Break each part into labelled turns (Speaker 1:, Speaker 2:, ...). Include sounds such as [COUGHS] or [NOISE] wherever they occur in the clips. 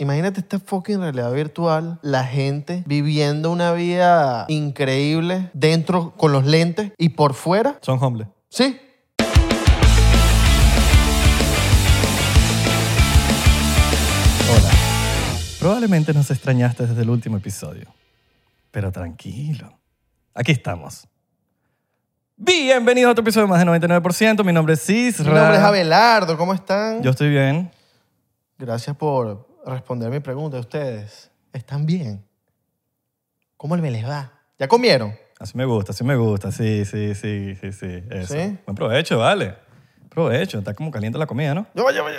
Speaker 1: Imagínate esta fucking realidad virtual, la gente viviendo una vida increíble dentro con los lentes y por fuera.
Speaker 2: Son homeless.
Speaker 1: Sí.
Speaker 2: Hola. Probablemente nos extrañaste desde el último episodio. Pero tranquilo. Aquí estamos. Bienvenidos a otro episodio más de 99%. Mi nombre es Cis.
Speaker 1: Mi nombre es Abelardo, ¿cómo están?
Speaker 2: Yo estoy bien.
Speaker 1: Gracias por responder mi pregunta. ¿Ustedes están bien? ¿Cómo me les va? ¿Ya comieron?
Speaker 2: Así me gusta, así me gusta. Sí, sí, sí, sí, sí. Eso.
Speaker 1: ¿Sí?
Speaker 2: Buen provecho, vale. Provecho. Está como caliente la comida, ¿no?
Speaker 1: Yo, oye, oye.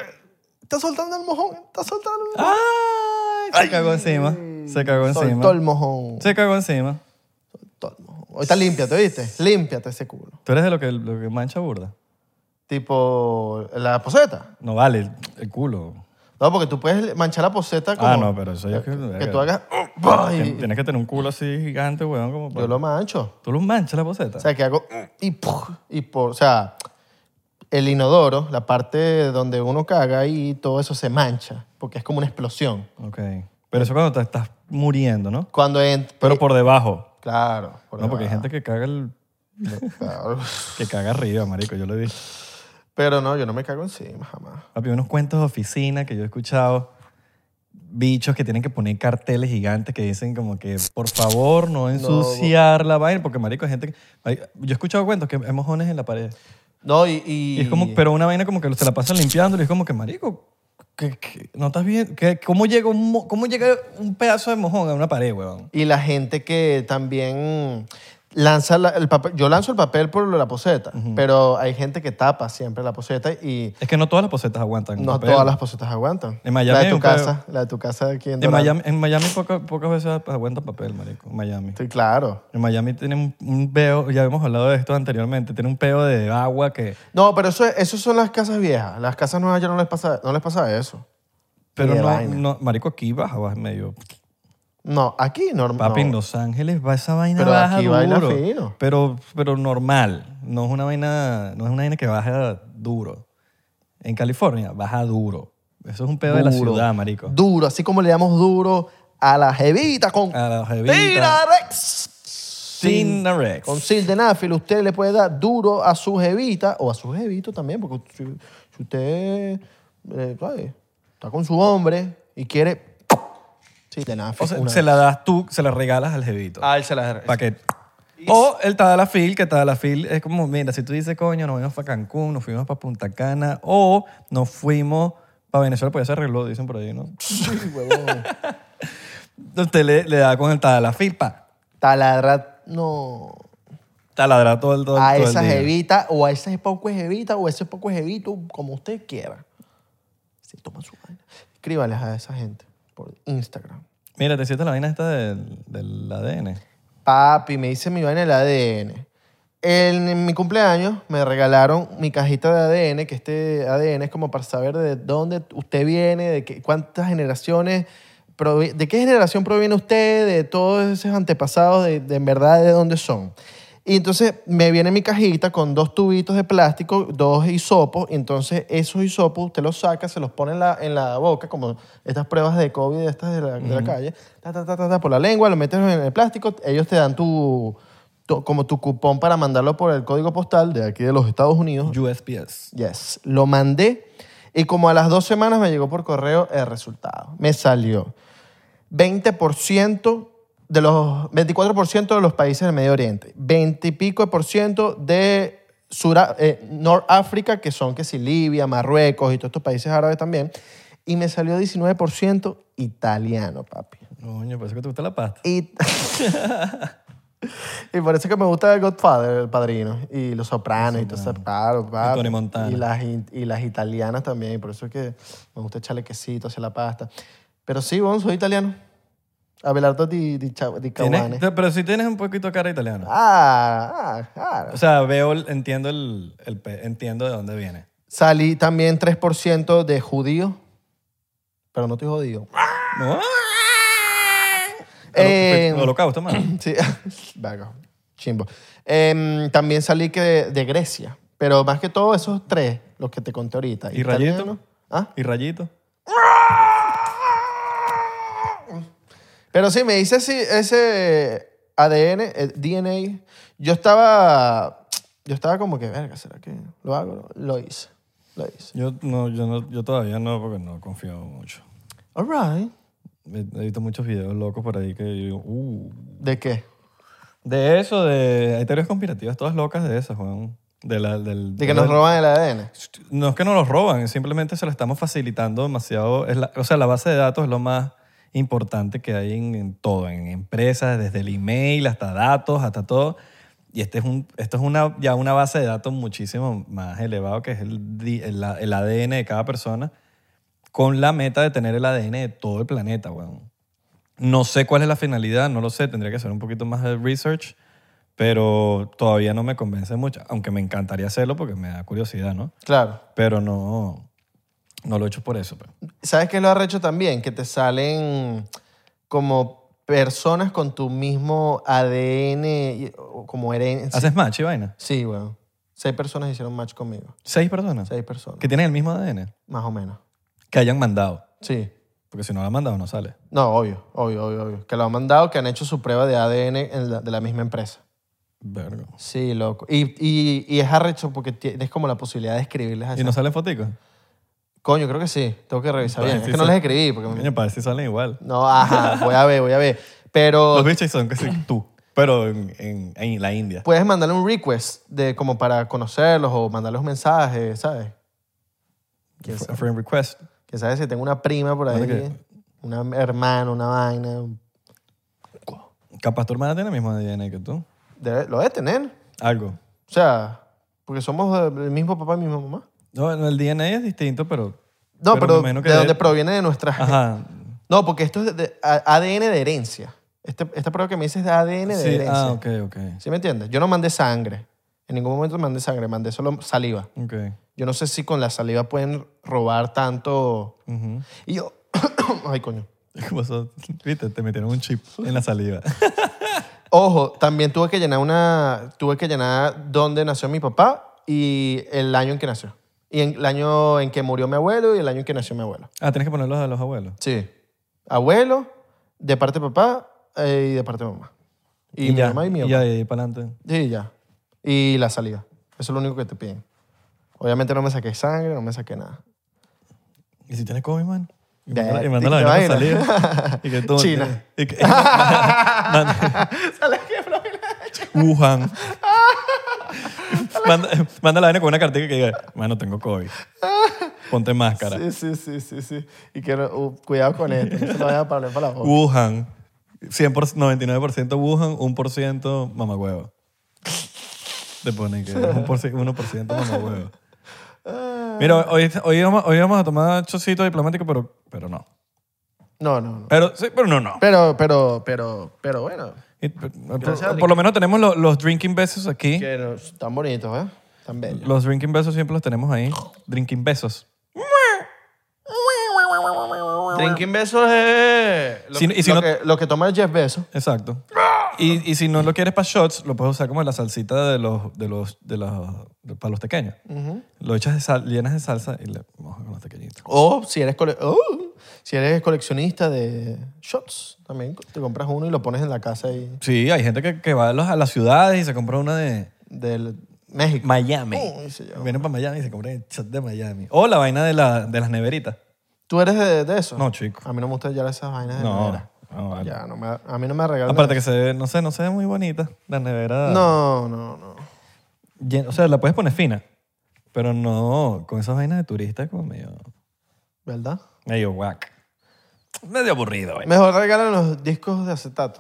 Speaker 1: Está soltando el mojón. Está soltando el mojón.
Speaker 2: ¡Ay! Se cagó encima. Se cagó encima.
Speaker 1: Soltó el mojón.
Speaker 2: Se cagó encima.
Speaker 1: Soltó el mojón. Ahorita límpiate, ¿oíste? Límpiate ese culo.
Speaker 2: Tú eres de lo que, lo que mancha burda.
Speaker 1: Tipo, la poseta.
Speaker 2: No vale, el- el culo.
Speaker 1: No, porque tú puedes manchar la poseta como... eh,
Speaker 2: Ah, no, pero eso ya es que-
Speaker 1: Que tú hagas... uh, bah, y-
Speaker 2: Tien- Tienes que tener un culo así gigante, weón. Como para-
Speaker 1: yo lo mancho.
Speaker 2: Tú lo manchas la poseta.
Speaker 1: O sea, que hago... uh, Y, puf, y por... O sea, el inodoro, la parte donde uno caga y todo eso se mancha. Porque es como una explosión.
Speaker 2: ok. Pero eso cuando te estás muriendo, ¿no?
Speaker 1: Cuando entra...
Speaker 2: Pero por debajo.
Speaker 1: Claro. por
Speaker 2: no, porque hay
Speaker 1: debajo,
Speaker 2: gente que caga, el,
Speaker 1: claro.
Speaker 2: que caga arriba, marico. Yo lo he visto.
Speaker 1: Pero no, yo no me cago encima jamás.
Speaker 2: Papi, unos cuentos de oficina que yo he escuchado. Bichos que tienen que poner carteles gigantes que dicen como que por favor no ensuciar la vaina porque marico hay gente que... marico, yo he escuchado cuentos que hay mojones en la pared.
Speaker 1: No, y... y-
Speaker 2: Y es como, pero una vaina como que se la pasan limpiando y es como que, marico, ¿qué- qué- no estás bien? ¿Qué- cómo, llega un, mo- ¿Cómo llega un pedazo de mojón a una pared, weón?
Speaker 1: Y la gente que también lanza la- el papel. Yo lanzo el papel por la poseta, pero hay gente que tapa siempre la poseta y
Speaker 2: Es que no todas las posetas aguantan.
Speaker 1: no
Speaker 2: papel.
Speaker 1: todas las posetas aguantan.
Speaker 2: En Miami
Speaker 1: La de
Speaker 2: hay
Speaker 1: tu
Speaker 2: un pedo.
Speaker 1: casa, la de tu casa aquí en
Speaker 2: En
Speaker 1: Doral.
Speaker 2: Miami, en Miami poca- pocas veces aguantan papel, marico, en Miami.
Speaker 1: Sí, claro.
Speaker 2: En Miami tienen un, un peo, ya hemos hablado de esto anteriormente, tiene un peo de agua que...
Speaker 1: No, pero eso, eso son las casas viejas. Las casas nuevas ya no les pasa, no les pasa eso.
Speaker 2: Pero
Speaker 1: Ni de
Speaker 2: no,
Speaker 1: vaina.
Speaker 2: no, marico, aquí baja, baja medio...
Speaker 1: No, aquí normal.
Speaker 2: Papi, en Los Ángeles va esa vaina
Speaker 1: Pero
Speaker 2: baja
Speaker 1: aquí
Speaker 2: duro.
Speaker 1: baila fino.
Speaker 2: Pero, pero normal. No es una vaina, no es una vaina que baja duro. En California baja duro. Eso es un pedo de la ciudad, marico.
Speaker 1: Duro, así como le damos duro a la jevita con
Speaker 2: A la jevita.
Speaker 1: Tirarex. Sin-
Speaker 2: Tinarex.
Speaker 1: Con sildenafil usted le puede dar duro a su jevita o a su jevito también, porque si, si usted eh, ¿sabe? está con su hombre y quiere sildenafil.
Speaker 2: O sea,
Speaker 1: una
Speaker 2: se la das tú, se la regalas al jevito.
Speaker 1: Ah, él se la-
Speaker 2: Pa' que- O el Tadalafil, que Tadalafil es como, mira, si tú dices, coño, nos fuimos para Cancún, nos fuimos para Punta Cana, o nos fuimos para Venezuela, pues ya se arregló, dicen por ahí, ¿no?
Speaker 1: Sí, huevón.
Speaker 2: Usted le, le da con el Tadalafil, pa.
Speaker 1: Taladrar, no.
Speaker 2: taladrar todo el todo,
Speaker 1: A
Speaker 2: todo el
Speaker 1: esa
Speaker 2: día.
Speaker 1: jevita o a ese poco jevita o a ese poco jevito, como usted quiera. Se toma su vaina. Escríbales a esa gente por Instagram.
Speaker 2: Mira, te hiciste la vaina esta del, del ADN.
Speaker 1: Papi, me hice mi vaina el ADN. En, en mi cumpleaños me regalaron mi cajita de ADN, que este ADN es como para saber de dónde usted viene, de qué, cuántas generaciones, provi- de qué generación proviene usted, de todos esos antepasados, de, de en verdad de dónde son. Y entonces me viene mi cajita con dos tubitos de plástico, dos hisopos, y entonces esos hisopos usted los saca, se los pone en la, en la boca, como estas pruebas de COVID, estas de la, de la calle, ta, ta, ta, ta, ta, por la lengua, lo metes en el plástico, ellos te dan tu, to- como tu cupón para mandarlo por el código postal de aquí de los Estados Unidos.
Speaker 2: USPS.
Speaker 1: Yes, lo mandé y como a las dos semanas me llegó por correo el resultado. Me salió 20% de los 24% de los países del Medio Oriente, 20 y pico de por ciento de Sura- eh, Nordáfrica, que son que si Libia, Marruecos y todos estos países árabes también, y me salió 19% italiano, papi.
Speaker 2: Coño, parece que te gusta la pasta.
Speaker 1: Y, [LAUGHS] y por eso que me gusta el Godfather, el padrino. Y los sopranos y todo eso. Claro, papi.
Speaker 2: Tony Montana.
Speaker 1: Y las, in- y las italianas también. y Por eso es que me gusta echarle quesito hacia la pasta. Pero sí, bueno, soy italiano. Abelardo di, di, Cha- di Caguane.
Speaker 2: Tienes- te- pero sí tienes un poquito de cara italiana.
Speaker 1: Ah, ah, claro.
Speaker 2: O sea, veo, el- entiendo, el, el pe- entiendo de dónde viene.
Speaker 1: Salí también 3% de judío. Pero no estoy jodido.
Speaker 2: No.
Speaker 1: Eh,
Speaker 2: Holo- Holocausto, man.
Speaker 1: Sí, [LAUGHS] vago, chimbo. Em, también salí que de, de Grecia, pero más que todo esos tres, los que te conté ahorita.
Speaker 2: ¿Y Rayito?
Speaker 1: Italiano. ¿Ah?
Speaker 2: ¿Y rayito?
Speaker 1: Pero sí, me hice ese, ese ADN, eh, DNA. Yo estaba, yo estaba como que, verga, ¿será que lo hago? Lo hice, lo hice.
Speaker 2: Yo, no, yo, no, yo todavía no, porque no confío mucho.
Speaker 1: All right.
Speaker 2: He he visto muchos videos locos por ahí que yo digo, uh.
Speaker 1: ¿De qué?
Speaker 2: De eso, de... Hay teorías conspirativas todas locas de esas, Juan. De la, del,
Speaker 1: ¿De que nos
Speaker 2: del-
Speaker 1: roban el ADN?
Speaker 2: No es que no los roban, simplemente se lo estamos facilitando demasiado. Es la- o sea, la base de datos es lo más importante que hay en, en todo, en empresas, desde el email hasta datos, hasta todo. Y este es un, esto es una, ya una base de datos muchísimo más elevado que es el, di- el A- el ADN de cada persona con la meta de tener el ADN de todo el planeta, weón. No sé cuál es la finalidad, no lo sé, tendría que hacer un poquito más de research, pero todavía no me convence mucho, aunque me encantaría hacerlo porque me da curiosidad, ¿no?
Speaker 1: Claro.
Speaker 2: Pero no, no lo he hecho por eso. pues.
Speaker 1: ¿Sabes qué es lo arrecho también? Que te salen como personas con tu mismo ADN, y- o como herencia.
Speaker 2: ¿Haces match y vaina?
Speaker 1: Sí, weón. Seis personas hicieron match conmigo.
Speaker 2: ¿Seis personas?
Speaker 1: Seis personas.
Speaker 2: Que tienen el mismo ADN.
Speaker 1: Más o menos.
Speaker 2: Que hayan mandado.
Speaker 1: Sí.
Speaker 2: Porque si no lo han mandado, no sale.
Speaker 1: No, obvio, obvio, obvio, obvio. Que lo han mandado, que han hecho su prueba de ADN en la- de la misma empresa.
Speaker 2: Vergo.
Speaker 1: Sí, loco. Y, y, y es arrecho porque tienes como la posibilidad de escribirles a
Speaker 2: ¿Y
Speaker 1: esas-
Speaker 2: no salen foticos?
Speaker 1: Coño, creo que sí. Tengo que revisar
Speaker 2: Bueno,
Speaker 1: bien.
Speaker 2: sí,
Speaker 1: es que no
Speaker 2: sí.
Speaker 1: les escribí. Porque...
Speaker 2: Coño, para ver si salen igual.
Speaker 1: No, ajá. Voy a ver, voy a ver. Pero
Speaker 2: Los bichos son casi tú, pero en, en- en la India.
Speaker 1: puedes mandarle un request de como para conocerlos o mandarles un mensaje, ¿sabes? ¿Quién
Speaker 2: A
Speaker 1: sabe?
Speaker 2: friend request.
Speaker 1: Que sabes si tengo una prima por ahí,
Speaker 2: Bueno, que-
Speaker 1: una hermana, una vaina. un-
Speaker 2: Capaz tu hermana tiene el mismo ADN que tú.
Speaker 1: debe- lo debe tener.
Speaker 2: Algo.
Speaker 1: O sea, porque somos del mismo papá y misma mamá.
Speaker 2: No, no, el DNA es distinto, pero...
Speaker 1: No,
Speaker 2: me
Speaker 1: pero,
Speaker 2: imagino que
Speaker 1: de donde proviene de nuestras...
Speaker 2: Ajá.
Speaker 1: No, porque esto es de- de- a- ADN de herencia. Este- esta prueba que me dices es de ADN de
Speaker 2: Sí,
Speaker 1: herencia.
Speaker 2: ah, ok, ok.
Speaker 1: ¿Sí me entiendes? Yo no mandé sangre. En ningún momento mandé sangre, mandé solo saliva.
Speaker 2: Ok.
Speaker 1: Yo no sé si con la saliva pueden robar tanto.
Speaker 2: Ujú. [LAUGHS]
Speaker 1: Y yo. [COUGHS] Ay, coño.
Speaker 2: ¿Qué pasó? Viste, te metieron un chip en la saliva.
Speaker 1: Ojo, también tuve que llenar una. Tuve que llenar dónde nació mi papá y el año en que nació. Y en- el año en que murió mi abuelo y el año en que nació mi abuelo.
Speaker 2: Ah, tienes que ponerlos a los abuelos.
Speaker 1: Sí. Abuelo, de parte de papá eh, y de parte de mamá. Y, mi
Speaker 2: ya,
Speaker 1: mamá y mi papá.
Speaker 2: Y ahí para adelante.
Speaker 1: Sí, ya. Y la salida. Eso es lo único que te piden. Obviamente no me saqué sangre, no me saqué nada.
Speaker 2: ¿Y si tienes COVID, man? Y
Speaker 1: Ya,
Speaker 2: manda- y
Speaker 1: ya,
Speaker 2: manda la
Speaker 1: ¿te
Speaker 2: vaina para
Speaker 1: imaginas? [LAUGHS]
Speaker 2: salir. Y que tú-
Speaker 1: China.
Speaker 2: y que- manda- Wuhan. manda, manda la vaina con una cartita que diga, mano, tengo COVID. Ponte máscara.
Speaker 1: Sí, sí, sí, sí, sí. Y que no- uh, cuidado con esto, no se lo vayan a hablar para la boca.
Speaker 2: Wuhan. 100%, 99% Wuhan, 1% mamagüevo. Te pone que es un por ci- 1% mamagüevo. Mira, hoy, hoy, vamos, hoy vamos a tomar chocito diplomático, pero, pero no.
Speaker 1: No, no, no.
Speaker 2: Pero sí, pero no, no.
Speaker 1: Pero, pero, pero, pero bueno.
Speaker 2: Y- pero-
Speaker 1: Gracias,
Speaker 2: por, por lo menos tenemos lo- los drinking besos aquí.
Speaker 1: Que no- tan bonitos, ¿eh? Tan bellos.
Speaker 2: Los drinking besos siempre los tenemos ahí. Drinking besos.
Speaker 1: Drinking besos es eh, lo,
Speaker 2: Si- y si
Speaker 1: lo
Speaker 2: no-
Speaker 1: que, lo que toma Jeff Bezos.
Speaker 2: Exacto. Y, y si no lo quieres para shots, lo puedes usar como la salsita de los, de los, de los, de- para los pequeños. Lo echas de sal, llenas de salsa y le mojas con los pequeñitos.
Speaker 1: O si eres, cole- oh, si eres coleccionista de shots, también te compras uno y lo pones en la casa ahí
Speaker 2: Sí, hay gente que, que va a, los- a las ciudades y se compra una de
Speaker 1: del México. Oh,
Speaker 2: Miami.
Speaker 1: Uy, se llama.
Speaker 2: Vienen para Miami y se compran el shot de Miami. O la vaina de, la, de las neveritas.
Speaker 1: ¿Tú eres de, de eso?
Speaker 2: No, chico.
Speaker 1: A mí no me gusta ya esas vainas de
Speaker 2: No,
Speaker 1: nevera.
Speaker 2: no, vale.
Speaker 1: Ya, no me, a mí no me regalan.
Speaker 2: Aparte que se ve, no sé, no se ve muy bonita la nevera.
Speaker 1: No, no, no.
Speaker 2: Llen- O sea, la puedes poner fina, pero no con esas vainas de turistas como medio,
Speaker 1: ¿Verdad?
Speaker 2: medio guac. Medio aburrido, güey.
Speaker 1: Mejor regalan los discos de acetato.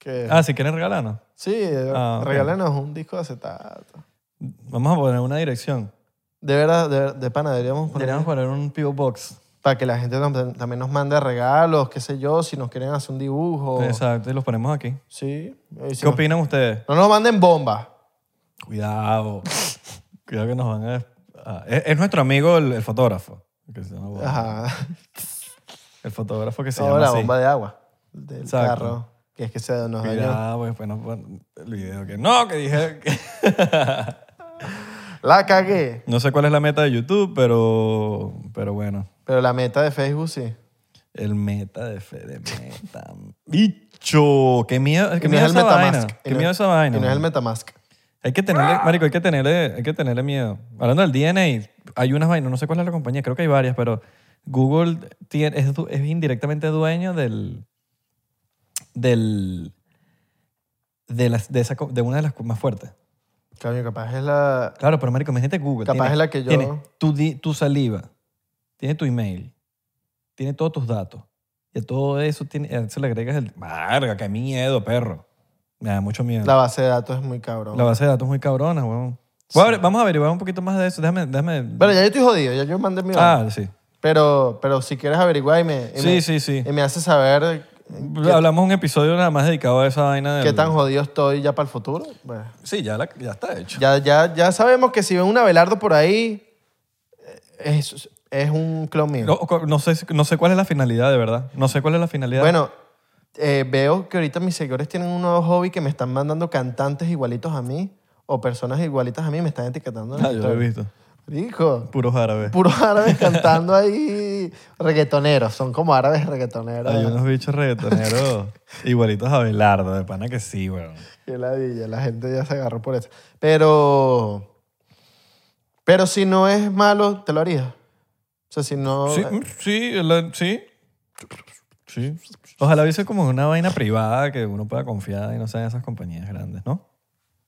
Speaker 1: Que,
Speaker 2: Ah, si quieren regalarnos.
Speaker 1: sí, eh,
Speaker 2: ah, ok.
Speaker 1: regálanos un disco de acetato.
Speaker 2: Vamos a poner una dirección.
Speaker 1: De verdad, de, de pana, deberíamos poner
Speaker 2: Podríamos poner un P.O. Box.
Speaker 1: para que la gente tam- también nos mande regalos, qué sé yo, si nos quieren hacer un dibujo.
Speaker 2: Exacto, y los ponemos aquí.
Speaker 1: Oh. Sí. Y si
Speaker 2: ¿Qué
Speaker 1: nos-
Speaker 2: opinan ustedes?
Speaker 1: no nos manden bombas.
Speaker 2: Cuidado. Cuidado que nos van a... ah, es, es nuestro amigo el, el fotógrafo. que se llama Bob.
Speaker 1: Ah. Ajá.
Speaker 2: El fotógrafo que se
Speaker 1: No,
Speaker 2: llama
Speaker 1: la
Speaker 2: así.
Speaker 1: bomba de agua del
Speaker 2: Exacto.
Speaker 1: carro. Que es que se nos dañó.
Speaker 2: Cuidado, pues, después nos pon- el video que... No, que dije... que-
Speaker 1: La cagué.
Speaker 2: No sé cuál es la meta de YouTube, pero, pero bueno.
Speaker 1: Pero la meta de Facebook sí.
Speaker 2: El meta de Fede Meta. [LAUGHS] ¡Bicho! ¡Qué miedo! ¡Qué
Speaker 1: Y
Speaker 2: miedo esa vaina!
Speaker 1: Y
Speaker 2: ¡Qué
Speaker 1: no-
Speaker 2: miedo esa vaina!
Speaker 1: Y no es el Metamask.
Speaker 2: Hay que tenerle, marico, hay que tenerle, hay que tenerle miedo. Hablando del DNA, hay unas vainas, no sé cuál es la compañía, creo que hay varias, pero Google tiene, es, du- es indirectamente dueño del, del, de, las- de, esa co- de una de las co- más fuertes.
Speaker 1: Coño, capaz es la...
Speaker 2: Claro, pero marico, imagínate Google.
Speaker 1: Capaz
Speaker 2: tiene-
Speaker 1: es la que yo-
Speaker 2: Tiene tu, di- tu saliva, tiene tu email, tiene todos tus datos. Y a todo eso tiene, a eso le agregas el... ¡Marga, qué miedo, perro! Me da mucho miedo.
Speaker 1: La base de datos es muy cabrón.
Speaker 2: La base de datos es muy cabrona, weón. Voy a abri- Vamos a averiguar un poquito más de eso. Déjame. déjame...
Speaker 1: Bueno, ya yo estoy jodido, ya yo mandé mi... vaina.
Speaker 2: ah, sí.
Speaker 1: Pero, pero si quieres averiguar y me, y
Speaker 2: Sí,
Speaker 1: me-
Speaker 2: sí, sí.
Speaker 1: y me haces saber
Speaker 2: Hablamos un episodio nada más dedicado a esa vaina. Del...
Speaker 1: qué tan jodido estoy ya para el futuro, pues,
Speaker 2: Sí, ya, la- ya está hecho.
Speaker 1: ya, ya, ya sabemos que si ven un Abelardo por ahí, eh, es, es un clon mío.
Speaker 2: No, co- no sé, si- no sé cuál es la finalidad, de verdad. No sé cuál es la finalidad.
Speaker 1: Bueno, eh, veo que ahorita mis seguidores tienen un nuevo hobby que me están mandando cantantes igualitos a mí o personas igualitas a mí me están etiquetando. en la
Speaker 2: Ah, yo lo he
Speaker 1: historia.
Speaker 2: visto.
Speaker 1: Hijo,
Speaker 2: Puros árabes.
Speaker 1: puros árabes cantando ahí reggaetoneros, son como árabes reggaetoneros.
Speaker 2: Hay unos bichos [LAUGHS] reggaetoneros igualitos a Belardo, de pana que sí, weón.
Speaker 1: Qué ladilla, la gente ya se agarró por eso. Pero. Pero si no es malo, te lo haría. O sea, si no.
Speaker 2: Sí, mm, sí, la- sí. Sí. Ojalá hubiese como una vaina privada que uno pueda confiar y no sean esas compañías grandes, ¿no?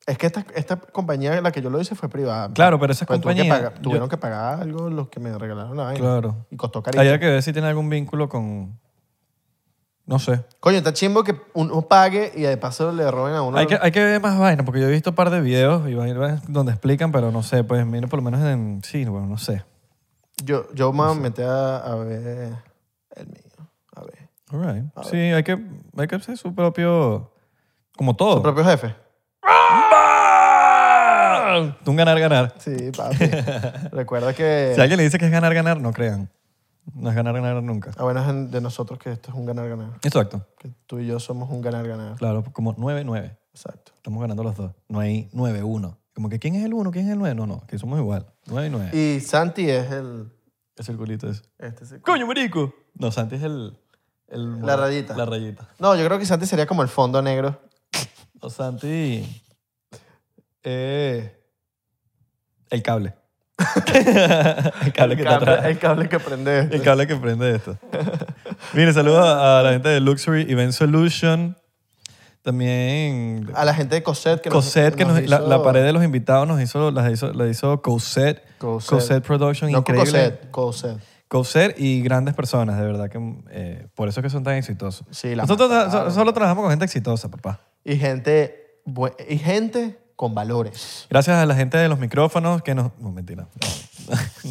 Speaker 1: Es que esta, esta compañía en la que yo lo hice fue privada.
Speaker 2: Claro, pero esas
Speaker 1: Pues tuve que
Speaker 2: compañías.
Speaker 1: pagar-
Speaker 2: yo-
Speaker 1: tuvieron que pagar algo los que me regalaron la vaina.
Speaker 2: Claro.
Speaker 1: Y costó carito.
Speaker 2: Habría que ver si tiene algún vínculo con. No sé.
Speaker 1: Coño, está chimbo que uno pague y de paso le roben a uno.
Speaker 2: Hay que, hay que ver más vainas, porque yo he visto un par de videos y vainas donde explican, pero no sé, pues mire, por lo menos en. Sí, bueno, no sé.
Speaker 1: Yo, yo me metí a, a ver el mío. A ver.
Speaker 2: All right. Sí, hay que, hay que hacer su propio. Como todo.
Speaker 1: ¿Tu propio jefe?
Speaker 2: ¡Ah! Un ganar, ganar.
Speaker 1: Sí,
Speaker 2: [LAUGHS]
Speaker 1: papi. Recuerda que.
Speaker 2: Si alguien le dice que es ganar, ganar, no crean. No es ganar, ganar nunca.
Speaker 1: Ah, bueno, es de nosotros que esto es un ganar-ganar.
Speaker 2: Exacto.
Speaker 1: Que tú y yo somos un ganar-ganar.
Speaker 2: Claro, como 9-9.
Speaker 1: Exacto.
Speaker 2: Estamos ganando los dos. No hay 9-1. Como que quién es el 1, quién es el 9. No, no, que somos igual. 9-9.
Speaker 1: Y Santi es el.
Speaker 2: El circulito es.
Speaker 1: Este sí.
Speaker 2: ¡Coño, marico! No, Santi es el. el-
Speaker 1: La rayita.
Speaker 2: La rayita.
Speaker 1: No, yo creo que Santi sería como el fondo negro.
Speaker 2: No, Santi. Eh, el cable. [LAUGHS] el cable que está atrás.
Speaker 1: el cable que prende.
Speaker 2: [LAUGHS] El cable que prende esto. Mire, saludos a la gente de Luxury Event Solution. También
Speaker 1: A la gente de Cosette Ah, que nos-
Speaker 2: Cosette, que nos- la,
Speaker 1: hizo-
Speaker 2: la pared de los invitados nos hizo, las hizo, la hizo Cosette.
Speaker 1: Cosette.
Speaker 2: Cosette Production,
Speaker 1: No,
Speaker 2: increíble.
Speaker 1: Cosette. Cosette.
Speaker 2: Couser y grandes personas, de verdad que eh, por eso es que son tan exitosos.
Speaker 1: Sí, la
Speaker 2: Nosotros
Speaker 1: mataron.
Speaker 2: so- solo trabajamos con gente exitosa, papá.
Speaker 1: Y gente. bu- Y gente con valores.
Speaker 2: Gracias a la gente de los micrófonos que nos... No, mentira. No,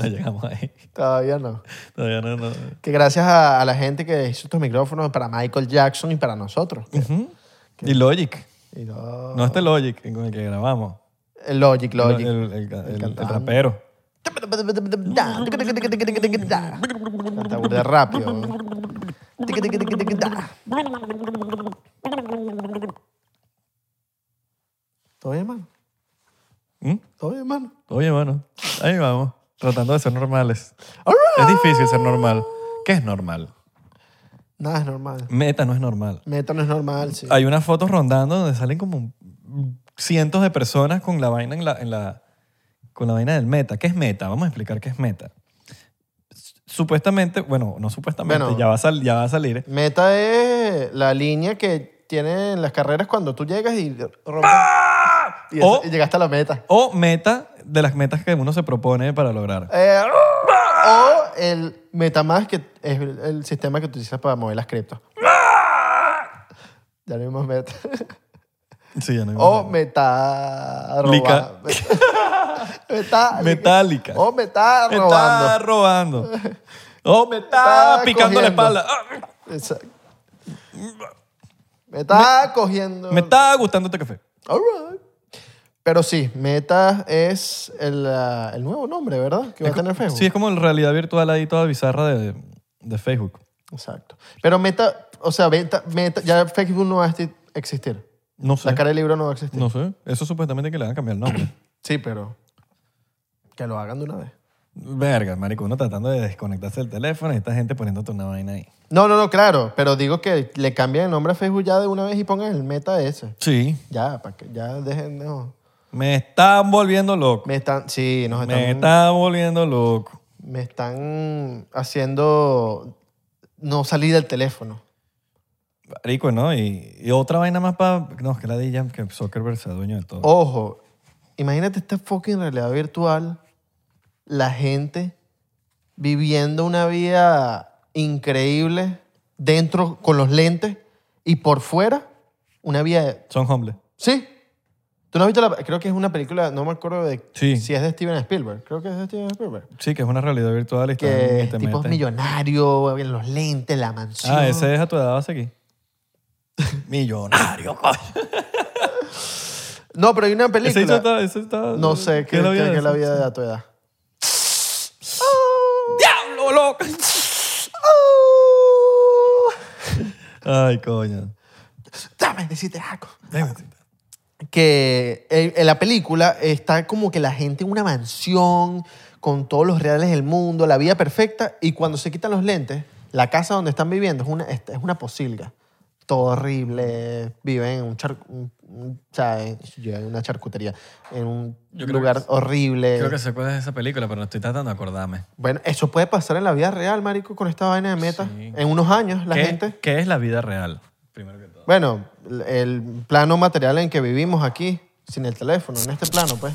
Speaker 2: [LAUGHS] no llegamos ahí.
Speaker 1: Todavía no.
Speaker 2: Todavía no, no.
Speaker 1: Que gracias a, a la gente que hizo estos micrófonos para Michael Jackson y para nosotros. que-
Speaker 2: Ujú. Y Logic.
Speaker 1: y no-
Speaker 2: No este Logic con el que grabamos.
Speaker 1: El Logic, Logic.
Speaker 2: El, el- el- el- el
Speaker 1: cantante.
Speaker 2: rapero.
Speaker 1: Canta burda rápido. ¿Todo bien, hermano?
Speaker 2: ¿Mm?
Speaker 1: ¿Todo bien, hermano?
Speaker 2: Oye, mano. Ahí vamos. Tratando de ser normales. Es difícil ser normal. ¿Qué es normal?
Speaker 1: Nada es normal.
Speaker 2: Meta no es normal.
Speaker 1: Meta no es normal, sí.
Speaker 2: Hay unas fotos rondando donde salen como cientos de personas con la vaina en la, en la- con la vaina del meta. ¿Qué es meta? Vamos a explicar qué es meta. Supuestamente, bueno, no supuestamente,
Speaker 1: Bueno.
Speaker 2: ya, va a sal- ya va a salir.
Speaker 1: Meta es la línea que tienen las carreras cuando tú llegas y rompes. Y, eso-
Speaker 2: ¡Ah! O-
Speaker 1: y llegaste a la meta.
Speaker 2: O meta de las metas que uno se propone para lograr.
Speaker 1: Eh, o el MetaMask, que es el, el sistema que utilizas para mover las criptos.
Speaker 2: ¡Ah!
Speaker 1: Ya lo vimos
Speaker 2: [LAUGHS]
Speaker 1: Meta.
Speaker 2: Sí, ya no hay
Speaker 1: O
Speaker 2: más.
Speaker 1: Meta
Speaker 2: Lica.
Speaker 1: robando. [LAUGHS]
Speaker 2: [LAUGHS]
Speaker 1: Meta.
Speaker 2: Metálica.
Speaker 1: O Meta
Speaker 2: Me está
Speaker 1: robando. [LAUGHS]
Speaker 2: robando. O me está
Speaker 1: está
Speaker 2: picando la
Speaker 1: cogiendo.
Speaker 2: espalda. Ah,
Speaker 1: Exacto. Meta cogiendo.
Speaker 2: Me está gustando este café.
Speaker 1: All right. Pero sí, Meta es el, ah, el nuevo nombre, ¿verdad? Que va a tener Facebook.
Speaker 2: Sí, es como la realidad virtual ahí toda bizarra de, de Facebook.
Speaker 1: Exacto. Pero Meta, o sea, Meta, Meta- ya Facebook no va a esti- existir.
Speaker 2: No sé.
Speaker 1: La cara del libro no va a existir. [COUGHS]
Speaker 2: No sé. Eso supuestamente que le van a cambiar el nombre.
Speaker 1: Sí, pero que lo hagan de una vez.
Speaker 2: Verga, marico, uno tratando de desconectarse del teléfono y esta gente poniéndote una vaina ahí.
Speaker 1: No, no, no, claro, pero digo que le cambien el nombre a Facebook ya de una vez y pongan el meta ese.
Speaker 2: Sí.
Speaker 1: Ya, para que ya dejen, no.
Speaker 2: Me están volviendo loco.
Speaker 1: Me están, sí, nos están,
Speaker 2: Me están volviendo loco.
Speaker 1: me están haciendo no salir del teléfono.
Speaker 2: Marico, ¿no? Y, y otra vaina más para... No, es que la DJ que Zuckerberg sea dueño de todo.
Speaker 1: Oh. Ojo, imagínate esta fucking realidad virtual, la gente viviendo una vida increíble dentro con los lentes y por fuera una vida,
Speaker 2: Son hombres.
Speaker 1: sí. ¿Tú no has visto la, creo que es una película, no me acuerdo de
Speaker 2: Sí.
Speaker 1: si es de Steven Spielberg, creo que es de Steven Spielberg.
Speaker 2: Sí, que es una realidad virtual y están-
Speaker 1: Que
Speaker 2: y te
Speaker 1: es tipo
Speaker 2: meten.
Speaker 1: millonario, en los lentes, la mansión.
Speaker 2: Ah, ese es a tu edad,
Speaker 1: [LAUGHS]
Speaker 2: vas aquí. Millonario, coño.
Speaker 1: No, pero hay una película.
Speaker 2: Ese hizo está, ese está...
Speaker 1: No sé,
Speaker 2: ¿qué
Speaker 1: ¿qué,
Speaker 2: es la vida
Speaker 1: qué-
Speaker 2: de
Speaker 1: qué es la
Speaker 2: ese?
Speaker 1: vida de a tu edad? [LAUGHS]
Speaker 2: ¡Diablo, loco! Ah. Ay, coño.
Speaker 1: Dame, decirte algo. Que en en la película está como que la gente en una mansión con todos los reales del mundo, la vida perfecta, y cuando se quitan los lentes, la casa donde están viviendo es una, es es una posilga. Todo horrible, viven en un charco, o sea, en yo en una charcutería, en un
Speaker 2: Yo creo
Speaker 1: lugar
Speaker 2: que sí.
Speaker 1: horrible.
Speaker 2: Creo que se acuerda de esa película, pero no estoy tratando de acordarme.
Speaker 1: Bueno, eso puede pasar en la vida real, marico, con esta vaina de meta.
Speaker 2: Sí.
Speaker 1: En unos años, la
Speaker 2: ¿Qué,
Speaker 1: gente...
Speaker 2: ¿Qué es la vida real? Primero que todo.
Speaker 1: Bueno, el plano material en que vivimos aquí, sin el teléfono, en este plano, pues.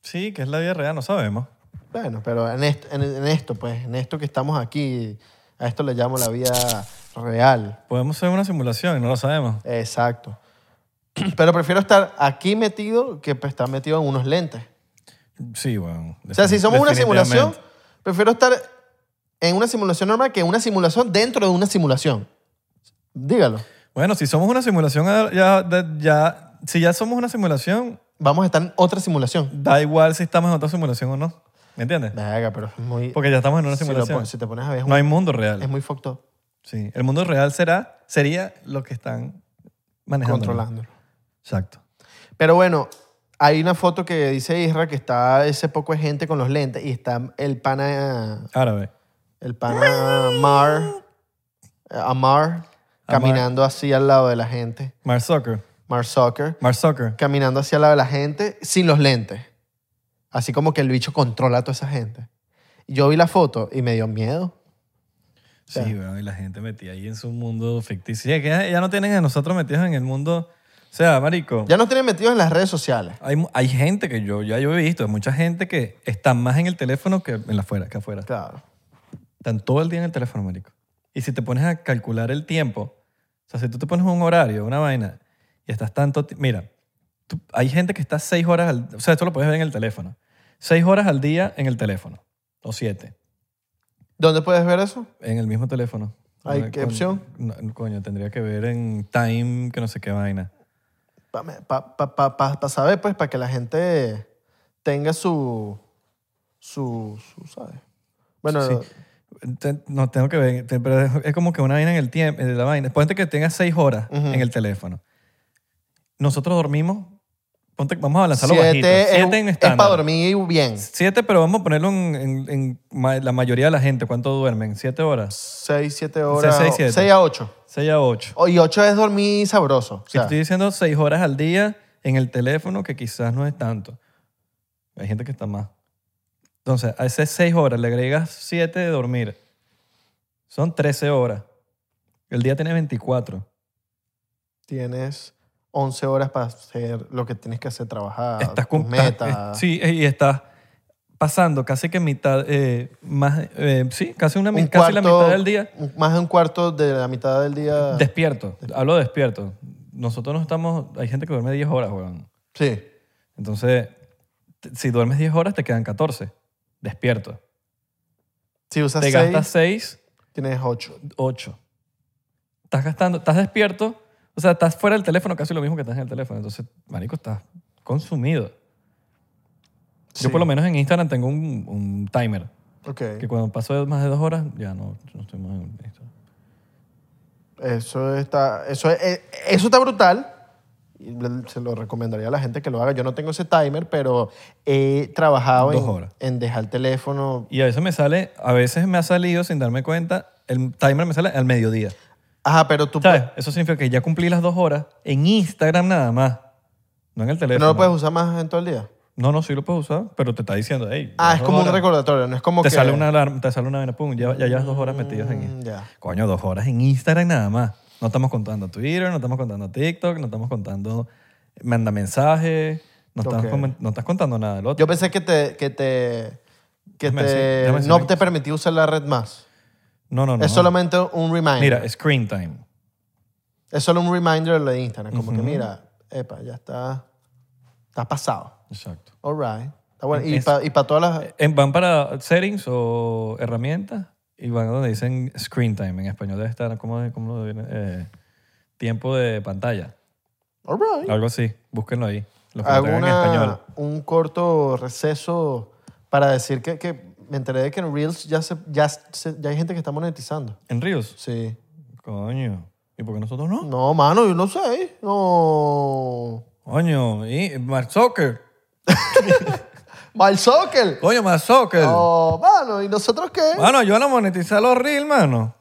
Speaker 2: Sí, ¿qué es la vida real? No sabemos.
Speaker 1: Bueno, pero en esto, en, en esto, pues, en esto que estamos aquí, a esto le llamo la vida real.
Speaker 2: Podemos hacer una simulación y no lo sabemos.
Speaker 1: Exacto. [CLEARS THROAT] Pero prefiero estar aquí metido que pues, estar metido en unos lentes.
Speaker 2: Sí, bueno.
Speaker 1: O sea, si somos una simulación, prefiero estar en una simulación normal que en una simulación dentro de una simulación. Dígalo.
Speaker 2: Bueno, si somos una simulación, ah, ya, ya- ya- si ya somos una simulación,
Speaker 1: Vamos a estar en otra simulación.
Speaker 2: da igual si estamos en otra simulación o no. ¿Me entiendes?
Speaker 1: Venga, pero es muy...
Speaker 2: Porque ya estamos en una
Speaker 1: si lo
Speaker 2: simulación.
Speaker 1: pon- si te pones a ver, es,
Speaker 2: No hay mundo
Speaker 1: un- es
Speaker 2: real.
Speaker 1: muy fucked up.
Speaker 2: Sí. El mundo real será, sería lo que están manejando.
Speaker 1: controlándolo.
Speaker 2: Exacto.
Speaker 1: Pero bueno, hay una foto que dice Isra que está ese poco de gente con los lentes y está el pana,
Speaker 2: Árabe.
Speaker 1: el pana Mar, eh, Amar, caminando así al lado de la gente,
Speaker 2: Mark Zucker.
Speaker 1: Mar Zucker,
Speaker 2: Mark Zucker.
Speaker 1: caminando así al lado de la gente sin los lentes. Así como que el bicho controla a toda esa gente. Yo vi la foto y me dio miedo.
Speaker 2: Sí,
Speaker 1: sea.
Speaker 2: weón, y la gente metida ahí en su mundo ficticio. Y es que ya, ya no tienen a nosotros metidos en el mundo. O sea, marico,
Speaker 1: Ya nos tienen metidos en las redes sociales.
Speaker 2: hay, mu- hay gente que yo, ya yo he visto, hay mucha gente que está más en el teléfono que en la afuera, que afuera.
Speaker 1: Claro.
Speaker 2: Están todo el día en el teléfono, marico. Y si te pones a calcular el tiempo, o sea, si tú te pones un horario, una vaina, y estás tanto... ti- Mira, tú- hay gente que está seis horas al... O sea, esto lo puedes ver en el teléfono. Seis horas al día en el teléfono. O siete.
Speaker 1: ¿Dónde puedes ver eso?
Speaker 2: En el mismo teléfono.
Speaker 1: Ay,
Speaker 2: No,
Speaker 1: ¿qué
Speaker 2: coño,
Speaker 1: opción?
Speaker 2: no, no, coño, tendría que ver en Time, que no sé qué vaina.
Speaker 1: para saber, pues, para que la gente tenga su, su, su, ¿sabes? Bueno,
Speaker 2: Sí. Te- No, tengo que ver, te- pero es- es como que una vaina en el tiempo, de la vaina. Ponte que tengas seis horas
Speaker 1: Ujú.
Speaker 2: en el teléfono. Nosotros dormimos, ponte, vamos a lanzarlo bajito.
Speaker 1: siete es,
Speaker 2: Siete en
Speaker 1: es
Speaker 2: estándar.
Speaker 1: para dormir bien.
Speaker 2: Siete, pero vamos a ponerlo en, en- en ma- la mayoría de la gente. ¿Cuánto duermen? ¿Siete horas?
Speaker 1: 6, 7 horas.
Speaker 2: seis, siete.
Speaker 1: 6 a 8.
Speaker 2: Seis a ocho.
Speaker 1: Y 8 es dormir sabroso. O
Speaker 2: Si te
Speaker 1: sea,
Speaker 2: estoy diciendo seis horas al día en el teléfono, que quizás no es tanto. Hay gente que está más. Entonces, a esas seis horas le agregas siete de dormir. Son 13 horas. El día tiene 24.
Speaker 1: Tienes 11 horas para hacer lo que tienes que hacer, trabajar,
Speaker 2: estás
Speaker 1: tus
Speaker 2: con
Speaker 1: metas.
Speaker 2: es- [LAUGHS] sí, eh, y estás pasando casi que mitad, eh, más, eh, sí, casi, una, mi-
Speaker 1: Un
Speaker 2: casi la
Speaker 1: cuarto- Ah.
Speaker 2: mitad del día
Speaker 1: un- Más de un cuarto de la mitad del día.
Speaker 2: despierto. Hablo de despierto. Nosotros no estamos, hay gente que duerme 10 horas, weón.
Speaker 1: sí.
Speaker 2: Entonces, t- si duermes 10 horas, te quedan 14. Despierto.
Speaker 1: Si usas
Speaker 2: te
Speaker 1: 6,
Speaker 2: gastas 6,
Speaker 1: tienes 8.
Speaker 2: 8. Estás gastando, estás despierto, o sea, estás fuera del teléfono casi lo mismo que estás en el teléfono. Entonces, marico, estás consumido. Yo por lo menos en Instagram tengo un, un timer,
Speaker 1: Ok.
Speaker 2: que cuando paso de más de dos horas, ya no, no estoy más en Instagram.
Speaker 1: Eso está, eso, es- eh, eso está brutal. Y le- se lo recomendaría a la gente que lo haga. Yo no tengo ese timer, pero he trabajado
Speaker 2: Dos
Speaker 1: en-
Speaker 2: horas.
Speaker 1: en, dejar el teléfono.
Speaker 2: Y a veces me sale, a veces me ha salido sin darme cuenta, el timer me sale al mediodía.
Speaker 1: Ajá, pero tú
Speaker 2: ¿Sabes? Eso significa que ya cumplí las dos horas en Instagram nada más. No en el
Speaker 1: puedes-
Speaker 2: teléfono.
Speaker 1: no lo puedes usar más en todo el día.
Speaker 2: No, no, sí lo puedes usar, pero te está diciendo, hey.
Speaker 1: Ah,
Speaker 2: las
Speaker 1: es
Speaker 2: dos
Speaker 1: como un
Speaker 2: horas.
Speaker 1: recordatorio, no es como
Speaker 2: Te
Speaker 1: que...
Speaker 2: sale una alarma, te sale una vaina, pum, ya, ya llevas dos horas metidas en
Speaker 1: Mm,
Speaker 2: Instagram.
Speaker 1: Ya.
Speaker 2: Coño, dos horas en Instagram nada más. No estamos contando Twitter, no estamos contando TikTok, no estamos contando manda mensajes, no, estamos
Speaker 1: Ok.
Speaker 2: comen- no estás contando nada del otro.
Speaker 1: Yo pensé que te... Que te que
Speaker 2: Déjame
Speaker 1: te-
Speaker 2: decir- déjame decir
Speaker 1: no
Speaker 2: una
Speaker 1: te permitía usar la red más.
Speaker 2: no, no, no.
Speaker 1: Es solamente un reminder.
Speaker 2: Mira, screen time.
Speaker 1: Es solo un reminder de Instagram. Como que
Speaker 2: Ujú.
Speaker 1: mira, epa, ya está... Está pasado.
Speaker 2: Exacto.
Speaker 1: All right. Está bueno. Y
Speaker 2: Es-
Speaker 1: para todas las...
Speaker 2: En- van para settings o herramientas y van a donde dicen screen time. En español debe estar, ¿cómo, cómo lo viene? Eh, tiempo de pantalla.
Speaker 1: All right.
Speaker 2: Algo así. Búsquenlo ahí. Lo que
Speaker 1: Hago
Speaker 2: en
Speaker 1: una-
Speaker 2: español.
Speaker 1: un corto receso para decir que, que me enteré de que en Reels ya, se, ya, se- ya hay gente que está monetizando.
Speaker 2: En Reels.
Speaker 1: Sí.
Speaker 2: Coño. ¿Y por qué nosotros no?
Speaker 1: No, mano, yo no sé. No.
Speaker 2: Coño. ¿Y Mark Zucker?
Speaker 1: Mal Soccer.
Speaker 2: Coño, Mark Zucker.
Speaker 1: No, mano, ¿y nosotros qué?
Speaker 2: Mano, yo van a monetizar los Reels, mano.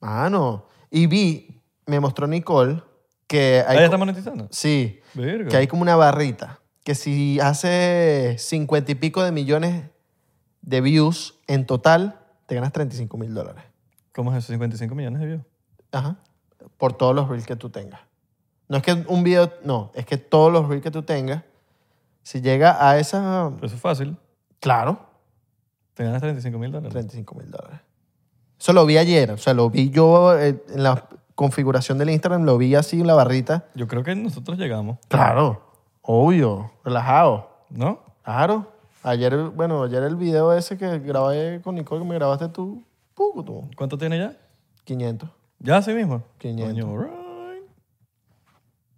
Speaker 1: Mano. Y vi, me mostró Nicole que hay.
Speaker 2: ¿Ahí
Speaker 1: co-
Speaker 2: está monetizando?
Speaker 1: Sí.
Speaker 2: Virgo.
Speaker 1: que hay como una barrita que si hace cincuenta y pico de millones de views en total, te ganas 35 mil dólares.
Speaker 2: ¿Cómo es eso? 55 millones de views.
Speaker 1: Ajá. Por todos los reels que tú tengas. No es que un video, no, es que todos los reels que tú tengas, si llega a esa,
Speaker 2: Pero eso es fácil.
Speaker 1: claro,
Speaker 2: Te ganas 35 mil dólares.
Speaker 1: 35 mil dólares. Eso lo vi ayer, o sea, lo vi yo eh, en la configuración del Instagram, lo vi así en la barrita.
Speaker 2: Yo creo que nosotros llegamos,
Speaker 1: Claro, obvio, relajado.
Speaker 2: ¿no?
Speaker 1: Claro. Ayer, bueno, ayer el video ese que grabé con Nicole, que me grabaste tú, poco tú,
Speaker 2: ¿Cuánto tiene ya?
Speaker 1: 500.
Speaker 2: ¿Ya así mismo?
Speaker 1: 500.
Speaker 2: Coño, alright.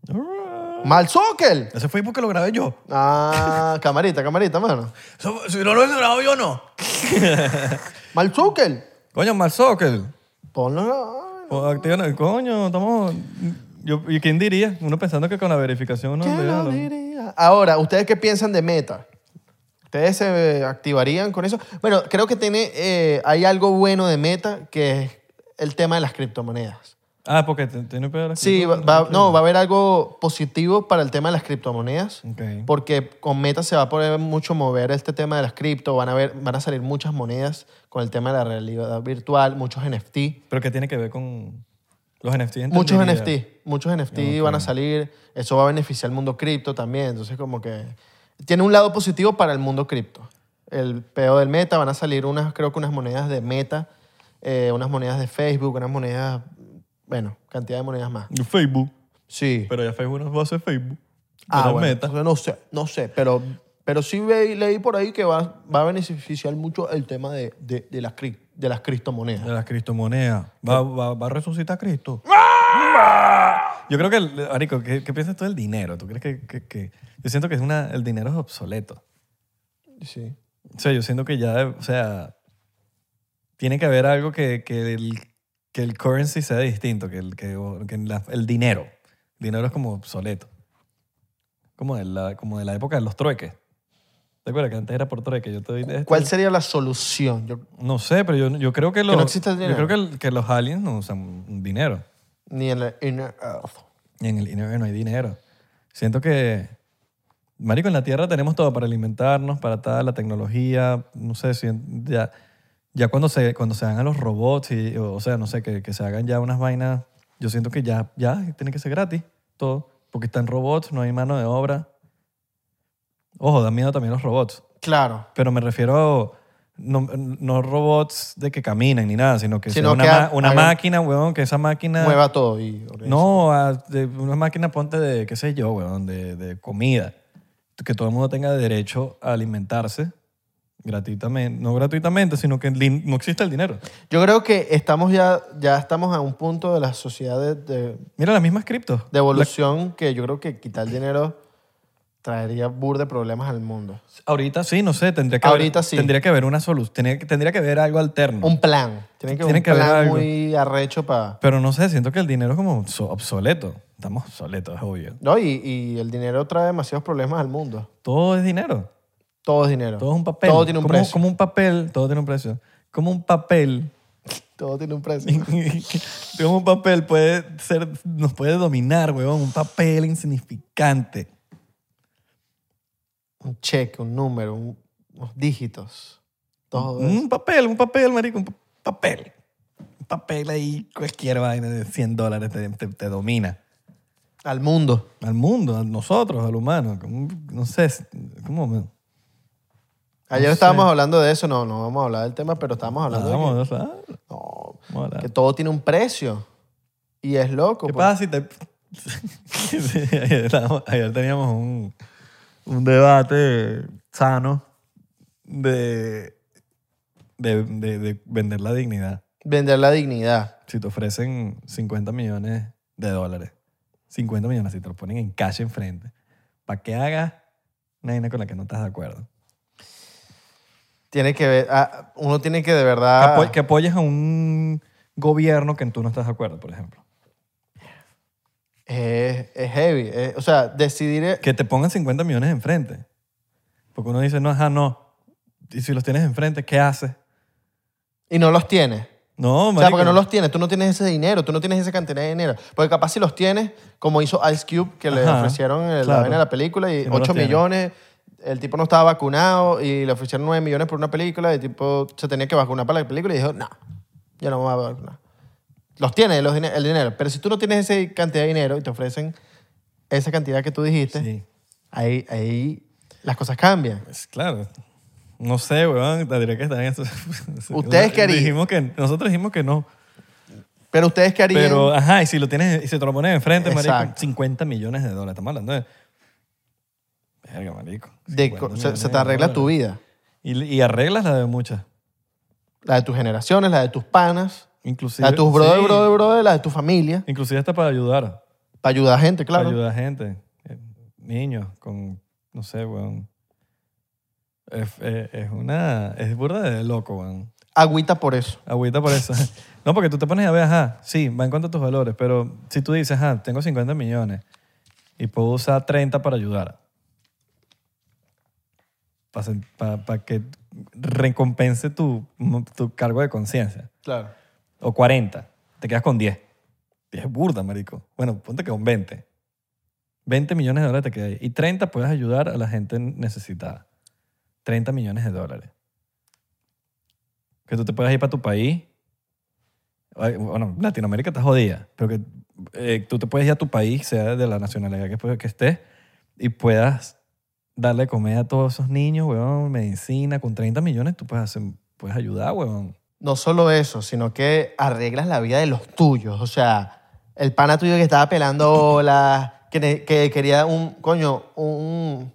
Speaker 2: Alright.
Speaker 1: ¡Mal Soccer!
Speaker 2: Ese fue porque lo grabé yo.
Speaker 1: Ah, camarita, camarita, mano.
Speaker 2: Eso- Si no lo he grabado yo, no.
Speaker 1: ¡Mal Soccer!
Speaker 2: Coño, Mark Zucker.
Speaker 1: Ponlo.
Speaker 2: O activa- Coño, estamos... Yo, ¿Y quién diría? Uno pensando que con la verificación uno...
Speaker 1: ¿Qué
Speaker 2: le-
Speaker 1: lo diría? Ahora, ¿ustedes qué piensan de Meta? ¿Ustedes se activarían con eso? Bueno, creo que tiene, eh, hay algo bueno de Meta que es el tema de las criptomonedas.
Speaker 2: Ah, porque te- tiene pedo la
Speaker 1: Sí, va-
Speaker 2: escritura.
Speaker 1: va- no, va a haber algo positivo para el tema de las criptomonedas.
Speaker 2: Ok.
Speaker 1: Porque con Meta se va a poder mucho mover este tema de las cripto, van a, ver, van a salir muchas monedas con el tema de la realidad virtual, muchos NFT.
Speaker 2: Pero ¿qué tiene que ver con los NFT?
Speaker 1: Muchos
Speaker 2: entendería.
Speaker 1: NFT, muchos NFT
Speaker 2: Ok.
Speaker 1: van a salir, eso va a beneficiar al mundo cripto también, entonces como que tiene un lado positivo para el mundo cripto. El peo del Meta, van a salir unas, creo que unas monedas de Meta, eh, unas monedas de Facebook, unas monedas, bueno, cantidad de monedas más.
Speaker 2: Facebook.
Speaker 1: Sí.
Speaker 2: Pero ya Facebook no va a ser Facebook.
Speaker 1: Ah,
Speaker 2: Era
Speaker 1: bueno,
Speaker 2: Meta.
Speaker 1: entonces no sé, no sé, pero, pero sí ve- leí por ahí que va, va a beneficiar mucho el tema de, de, de las, cri- de las criptomonedas.
Speaker 2: De las criptomonedas. ¿Va, va, va a resucitar a Cristo? Yo creo que, el- Arico, ¿qué, qué piensas tú del dinero? ¿Tú crees que, que- que- Yo siento que es una, el dinero es obsoleto.
Speaker 1: Sí.
Speaker 2: O sea, yo siento que ya, o sea, tiene que haber algo que, que, el, que el currency sea distinto, que el, que, que la- el dinero. El dinero es como obsoleto. Como de la, como de la época de los trueques. ¿Te acuerdas que antes era por trueque? Yo te doy esto.
Speaker 1: ¿Cuál sería la solución? Yo,
Speaker 2: No sé, pero yo, yo creo que los...
Speaker 1: no existe el dinero.
Speaker 2: Yo creo que, el- que los aliens no usan dinero.
Speaker 1: ni en la ah, inner earth.
Speaker 2: Y en el dinero no hay dinero. Siento que, marico, en la Tierra tenemos todo para alimentarnos, para tal, la tecnología, no sé, si ya, ya cuando, se, cuando se hagan los robots, y, o, o sea, no sé, que, que se hagan ya unas vainas, yo siento que ya, ya tiene que ser gratis todo, porque están robots, no hay mano de obra. Ojo, dan miedo también los robots,
Speaker 1: Claro.
Speaker 2: pero me refiero no, no robots de que caminan ni nada, sino que, sea
Speaker 1: Sino
Speaker 2: una,
Speaker 1: que
Speaker 2: ma-
Speaker 1: ha-
Speaker 2: una
Speaker 1: hagan-
Speaker 2: máquina, weón, que esa máquina...
Speaker 1: Mueva todo y organiza.
Speaker 2: No, a- de una máquina ponte de, qué sé yo, weón, de, de comida. Que todo el mundo tenga derecho a alimentarse gratuitamente. No gratuitamente, sino que lin- no existe el dinero.
Speaker 1: Yo creo que estamos ya, ya estamos a un punto de la sociedad de, de-
Speaker 2: Mira las mismas criptos.
Speaker 1: de evolución que yo creo que quitar el dinero traería burda de problemas al mundo.
Speaker 2: Ahorita sí, no sé, tendría que haber-
Speaker 1: Ahorita sí.
Speaker 2: Tendría que haber una solución, tendría que, tendría que haber algo alterno.
Speaker 1: Un plan. Tiene que,
Speaker 2: Tiene
Speaker 1: un
Speaker 2: que haber
Speaker 1: plan
Speaker 2: algo.
Speaker 1: muy arrecho para...
Speaker 2: Pero no sé, siento que el dinero es como so- obsoleto. Estamos obsoletos, es obvio.
Speaker 1: No, y, y el dinero trae demasiados problemas al mundo.
Speaker 2: Todo es dinero.
Speaker 1: Todo es dinero.
Speaker 2: Todo es un papel.
Speaker 1: Todo tiene un
Speaker 2: como,
Speaker 1: precio.
Speaker 2: Como un papel, todo tiene un precio. Como un papel,
Speaker 1: Todo tiene un
Speaker 2: [LAUGHS]
Speaker 1: precio.
Speaker 2: como un papel puede ser, nos puede dominar, huevón. Un papel insignificante.
Speaker 1: un cheque, un número, un- unos dígitos. Todo eso.
Speaker 2: Un papel, un papel, marico, un pa- papel. Un papel ahí, cualquier vaina de 100 dólares te, te- te domina.
Speaker 1: Al mundo.
Speaker 2: Al mundo, a nosotros, al humano. como- no sé, es- ¿cómo? me-
Speaker 1: Ayer
Speaker 2: No sé.
Speaker 1: estábamos hablando de eso, no, no vamos a hablar del tema, pero estábamos hablando
Speaker 2: Vamos,
Speaker 1: de
Speaker 2: o sea,
Speaker 1: que, no,
Speaker 2: vamos a hablar.
Speaker 1: que todo tiene un precio. Y es loco. pues,
Speaker 2: ¿Qué
Speaker 1: porque-
Speaker 2: pasa si te... [LAUGHS] Sí, ayer, estábamos- ayer teníamos un, un debate sano de, de, de- de vender la dignidad.
Speaker 1: Vender la dignidad.
Speaker 2: Si te ofrecen 50 millones de dólares, 50 millones, si te lo ponen en cash enfrente, para que hagas una vaina con la que no estás de acuerdo.
Speaker 1: Tiene que ver, ah, uno tiene que de
Speaker 2: Que,
Speaker 1: verdad...
Speaker 2: apo- que apoyes a un gobierno que tú no estás de acuerdo, por ejemplo.
Speaker 1: Es, es heavy. es- o sea, decidir... es-
Speaker 2: que te pongan 50 millones enfrente. Porque uno dice, no, ajá, no. Y si los tienes enfrente, ¿qué haces?
Speaker 1: Y no los tienes.
Speaker 2: No,
Speaker 1: O sea,
Speaker 2: marico.
Speaker 1: porque no los tienes. Tú no tienes ese dinero, tú no tienes esa cantidad de dinero. Porque capaz si los tienes, como hizo Ice Cube, que le
Speaker 2: Ajá,
Speaker 1: ofrecieron el- la
Speaker 2: claro.
Speaker 1: vaina de la película, y
Speaker 2: Que no los
Speaker 1: 8
Speaker 2: tiene.
Speaker 1: millones, el tipo no estaba vacunado, y le ofrecieron 9 millones por una película, y el tipo se tenía que vacunar para la película, y dijo, no, yo no me voy a vacunar. Los tienes, los, dine- el dinero. Pero si tú no tienes esa cantidad de dinero y te ofrecen esa cantidad que tú dijiste,
Speaker 2: Sí,
Speaker 1: ahí, ahí las cosas cambian.
Speaker 2: pues claro. No sé, weón, tendría que estar en eso. [LAUGHS]
Speaker 1: Ustedes qué harían.
Speaker 2: Dijimos que, nosotros dijimos que no.
Speaker 1: Pero ustedes qué harían...
Speaker 2: Pero, ajá, y si lo tienes, y si te lo pones enfrente, marico,
Speaker 1: Exacto.
Speaker 2: 50 millones de dólares. Estamos hablando de... Verga, marico.
Speaker 1: de
Speaker 2: 50
Speaker 1: co- se,
Speaker 2: millones
Speaker 1: se te
Speaker 2: de
Speaker 1: arregla
Speaker 2: dólares.
Speaker 1: tu vida.
Speaker 2: Y, y arreglas la de muchas.
Speaker 1: La de tus generaciones, la de tus panas,
Speaker 2: Inclusive...
Speaker 1: la de tus brother,
Speaker 2: sí.
Speaker 1: brother, brother, la de tu familia.
Speaker 2: Inclusive hasta para ayudar.
Speaker 1: Para ayudar a gente, claro.
Speaker 2: ayuda a gente, eh, niños con, no sé, weón. Es, es- es una, es burda de loco, weón.
Speaker 1: Agüita por eso.
Speaker 2: Agüita por eso. No, porque tú te pones a ver, ajá, sí, va en cuanto a tus valores, pero si tú dices, ajá, tengo 50 millones y puedo usar 30 para ayudar, para que recompense tu, tu cargo de conciencia,
Speaker 1: Claro.
Speaker 2: o 40, te quedas con 10. 10 es burda, marico. Bueno, ponte que con 20. 20 millones de dólares te queda ahí. Y 30 puedes ayudar a la gente necesitada. 30 millones de dólares. Que tú te puedas ir para tu país. Ay, Bueno, Latinoamérica está jodida, pero que eh, tú te puedes ir a tu país, sea de la nacionalidad que, pues, que estés, y puedas darle comida a todos esos niños, weón, medicina. Con 30 millones tú puedes, hacer- puedes ayudar, weón.
Speaker 1: No solo eso, sino que arreglas la vida de los tuyos. O sea, el pana tuyo que estaba pelando olas, que, ne- que quería un, coño, un,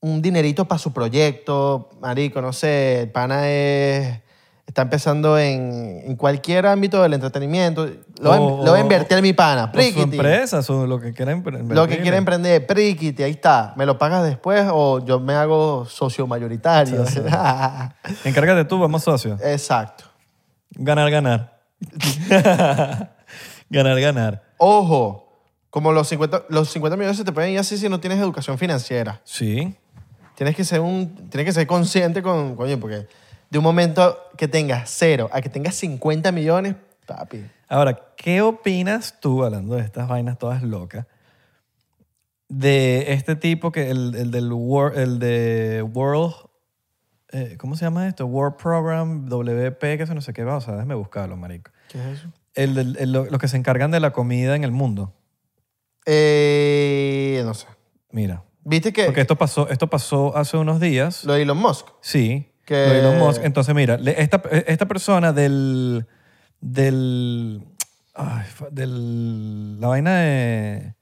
Speaker 1: un dinerito para su proyecto, marico, no sé, el pana es, está empezando en, en cualquier ámbito del entretenimiento. Lo, voy a-
Speaker 2: O-
Speaker 1: lo voy a invertir en mi pana,
Speaker 2: O su
Speaker 1: príquiti.
Speaker 2: empresa, su- lo que quiera emprender.
Speaker 1: Lo que quiere emprender, príquiti, ahí está. ¿Me lo pagas después o yo me hago socio mayoritario?
Speaker 2: Encárgate tú, vamos socios.
Speaker 1: [LAUGHS] Exacto. [LAUGHS]
Speaker 2: Ganar, ganar. ganar, ganar.
Speaker 1: Ojo, como los 50, los 50 millones se te pueden ir así si no tienes educación financiera.
Speaker 2: Sí.
Speaker 1: Tienes que ser, un, tienes que ser consciente con, coño, porque de un momento que tengas cero a que tengas 50 millones, papi.
Speaker 2: Ahora, ¿qué opinas tú, hablando de estas vainas todas locas, de este tipo que el, el del wor- el de World, eh, ¿cómo se llama esto? World Program, WP, que eso no sé qué va, o sea, déjame buscarlo, marico.
Speaker 1: ¿Qué es eso?
Speaker 2: El, del- el- lo- los que se encargan de la comida en el mundo.
Speaker 1: Eh, no sé.
Speaker 2: Mira,
Speaker 1: ¿Viste que
Speaker 2: porque esto pasó, esto pasó hace unos días.
Speaker 1: lo de Elon Musk?
Speaker 2: Sí.
Speaker 1: Que-
Speaker 2: lo de Elon Musk. Entonces, mira, le- esta, esta persona del. del. Ay, fa- del. La vaina de.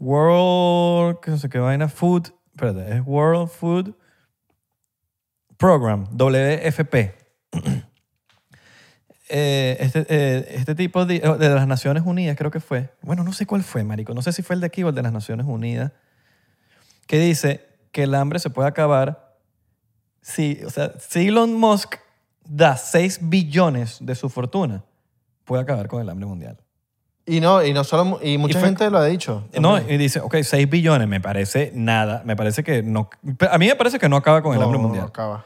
Speaker 2: World. que No sé qué vaina. Food. Espérate, es World Food Program. WFP. [CLEARS THROAT] Eh, este, eh, este tipo de, de las Naciones Unidas, creo que fue. Bueno, no sé cuál fue, marico. No sé si fue el de aquí o el de las Naciones Unidas. que dice que el hambre se puede acabar si, o sea, si Elon Musk da 6 billones de su fortuna, puede acabar con el hambre mundial.
Speaker 1: Y no, y no solo, y mucha
Speaker 2: Y fue-
Speaker 1: gente lo ha dicho.
Speaker 2: No,
Speaker 1: también.
Speaker 2: y dice, ok, 6 billones, me parece nada, me parece que no, a mí me parece que no acaba con el
Speaker 1: No,
Speaker 2: hambre
Speaker 1: no
Speaker 2: mundial.
Speaker 1: acaba.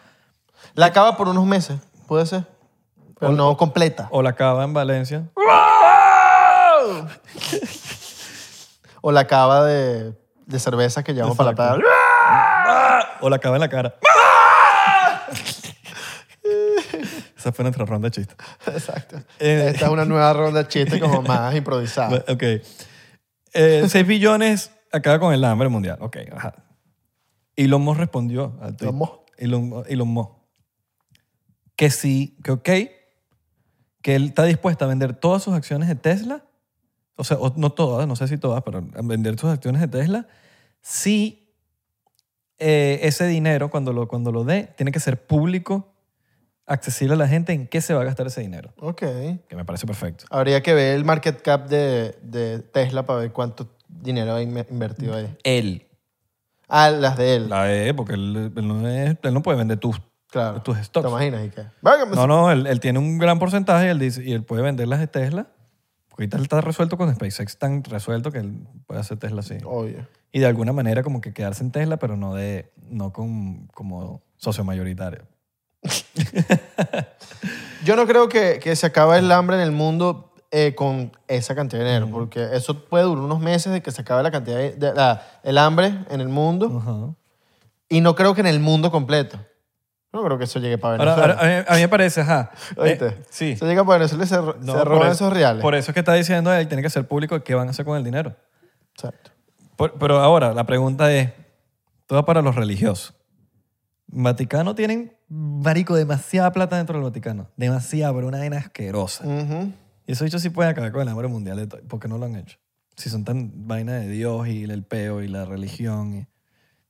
Speaker 1: La acaba por unos meses, puede ser. Pero no completa.
Speaker 2: O la acaba en Valencia. Oh.
Speaker 1: [LAUGHS] O la cava de, de cerveza que llevamos para la
Speaker 2: Exacto.
Speaker 1: tarde.
Speaker 2: O la acaba en la cara.
Speaker 1: ¡Ah!
Speaker 2: Esa fue nuestra ronda de chistes.
Speaker 1: [LAUGHS] Exacto.
Speaker 2: Eh.
Speaker 1: Esta es una nueva ronda de chistes
Speaker 2: [LAUGHS]
Speaker 1: como más improvisada.
Speaker 2: Ok. 6 billones acaba con el hambre mundial. Ok, ajá. Elon Musk respondió al tweet.
Speaker 1: Elon Musk.
Speaker 2: Elon, Elon Musk. Que sí, que ok, que él está dispuesto a vender todas sus acciones de Tesla, o sea, o- no todas, no sé si todas, pero a vender sus acciones de Tesla, si eh, ese dinero, cuando lo, cuando lo dé, tiene que ser público, accesible a la gente, en qué se va a gastar ese dinero.
Speaker 1: Ok.
Speaker 2: Que me parece perfecto.
Speaker 1: Habría que ver el market cap de, de Tesla para ver cuánto dinero ha inme- invertido ahí.
Speaker 2: Él.
Speaker 1: Ah, las de él.
Speaker 2: La E, porque él, él no, es- él no puede vender tus...
Speaker 1: claro.
Speaker 2: tus
Speaker 1: ¿Te
Speaker 2: stocks.
Speaker 1: imaginas? ¿Y qué? Venga,
Speaker 2: No, no, él, él tiene un gran porcentaje y él, dice, y él puede vender las de Tesla. Porque ahorita él está resuelto con SpaceX, tan resuelto que él puede hacer Tesla así.
Speaker 1: Obvio.
Speaker 2: Y de alguna manera como que quedarse en Tesla, pero no de no con, como socio mayoritario.
Speaker 1: Yo no creo que, que se acabe el hambre en el mundo eh, con esa cantidad de dinero, porque eso puede durar unos meses de que se acabe la cantidad de, de la- el hambre en el mundo,
Speaker 2: Ajá.
Speaker 1: y no creo que en el mundo completo. No creo que eso llegue para
Speaker 2: Ahora,
Speaker 1: Venezuela.
Speaker 2: ahora, a, mí, a mí me parece, ajá.
Speaker 1: ¿Oíste?
Speaker 2: Eh, sí.
Speaker 1: Se llega para Venezuela y se, ro-
Speaker 2: No,
Speaker 1: se
Speaker 2: por
Speaker 1: roban
Speaker 2: eso-
Speaker 1: esos reales.
Speaker 2: Por eso es que está diciendo él, tiene que ser público qué van a hacer con el dinero.
Speaker 1: Exacto.
Speaker 2: Por- pero ahora, la pregunta es, toda para los religiosos. Vaticano tienen, marico, demasiada plata dentro del Vaticano. Demasiada, pero una vaina asquerosa.
Speaker 1: Ujú.
Speaker 2: Y esos bichos sí pueden acabar con el hambre mundial de todo. ¿Por qué no lo han hecho? Si son tan vaina de Dios y el peo y la religión. Y,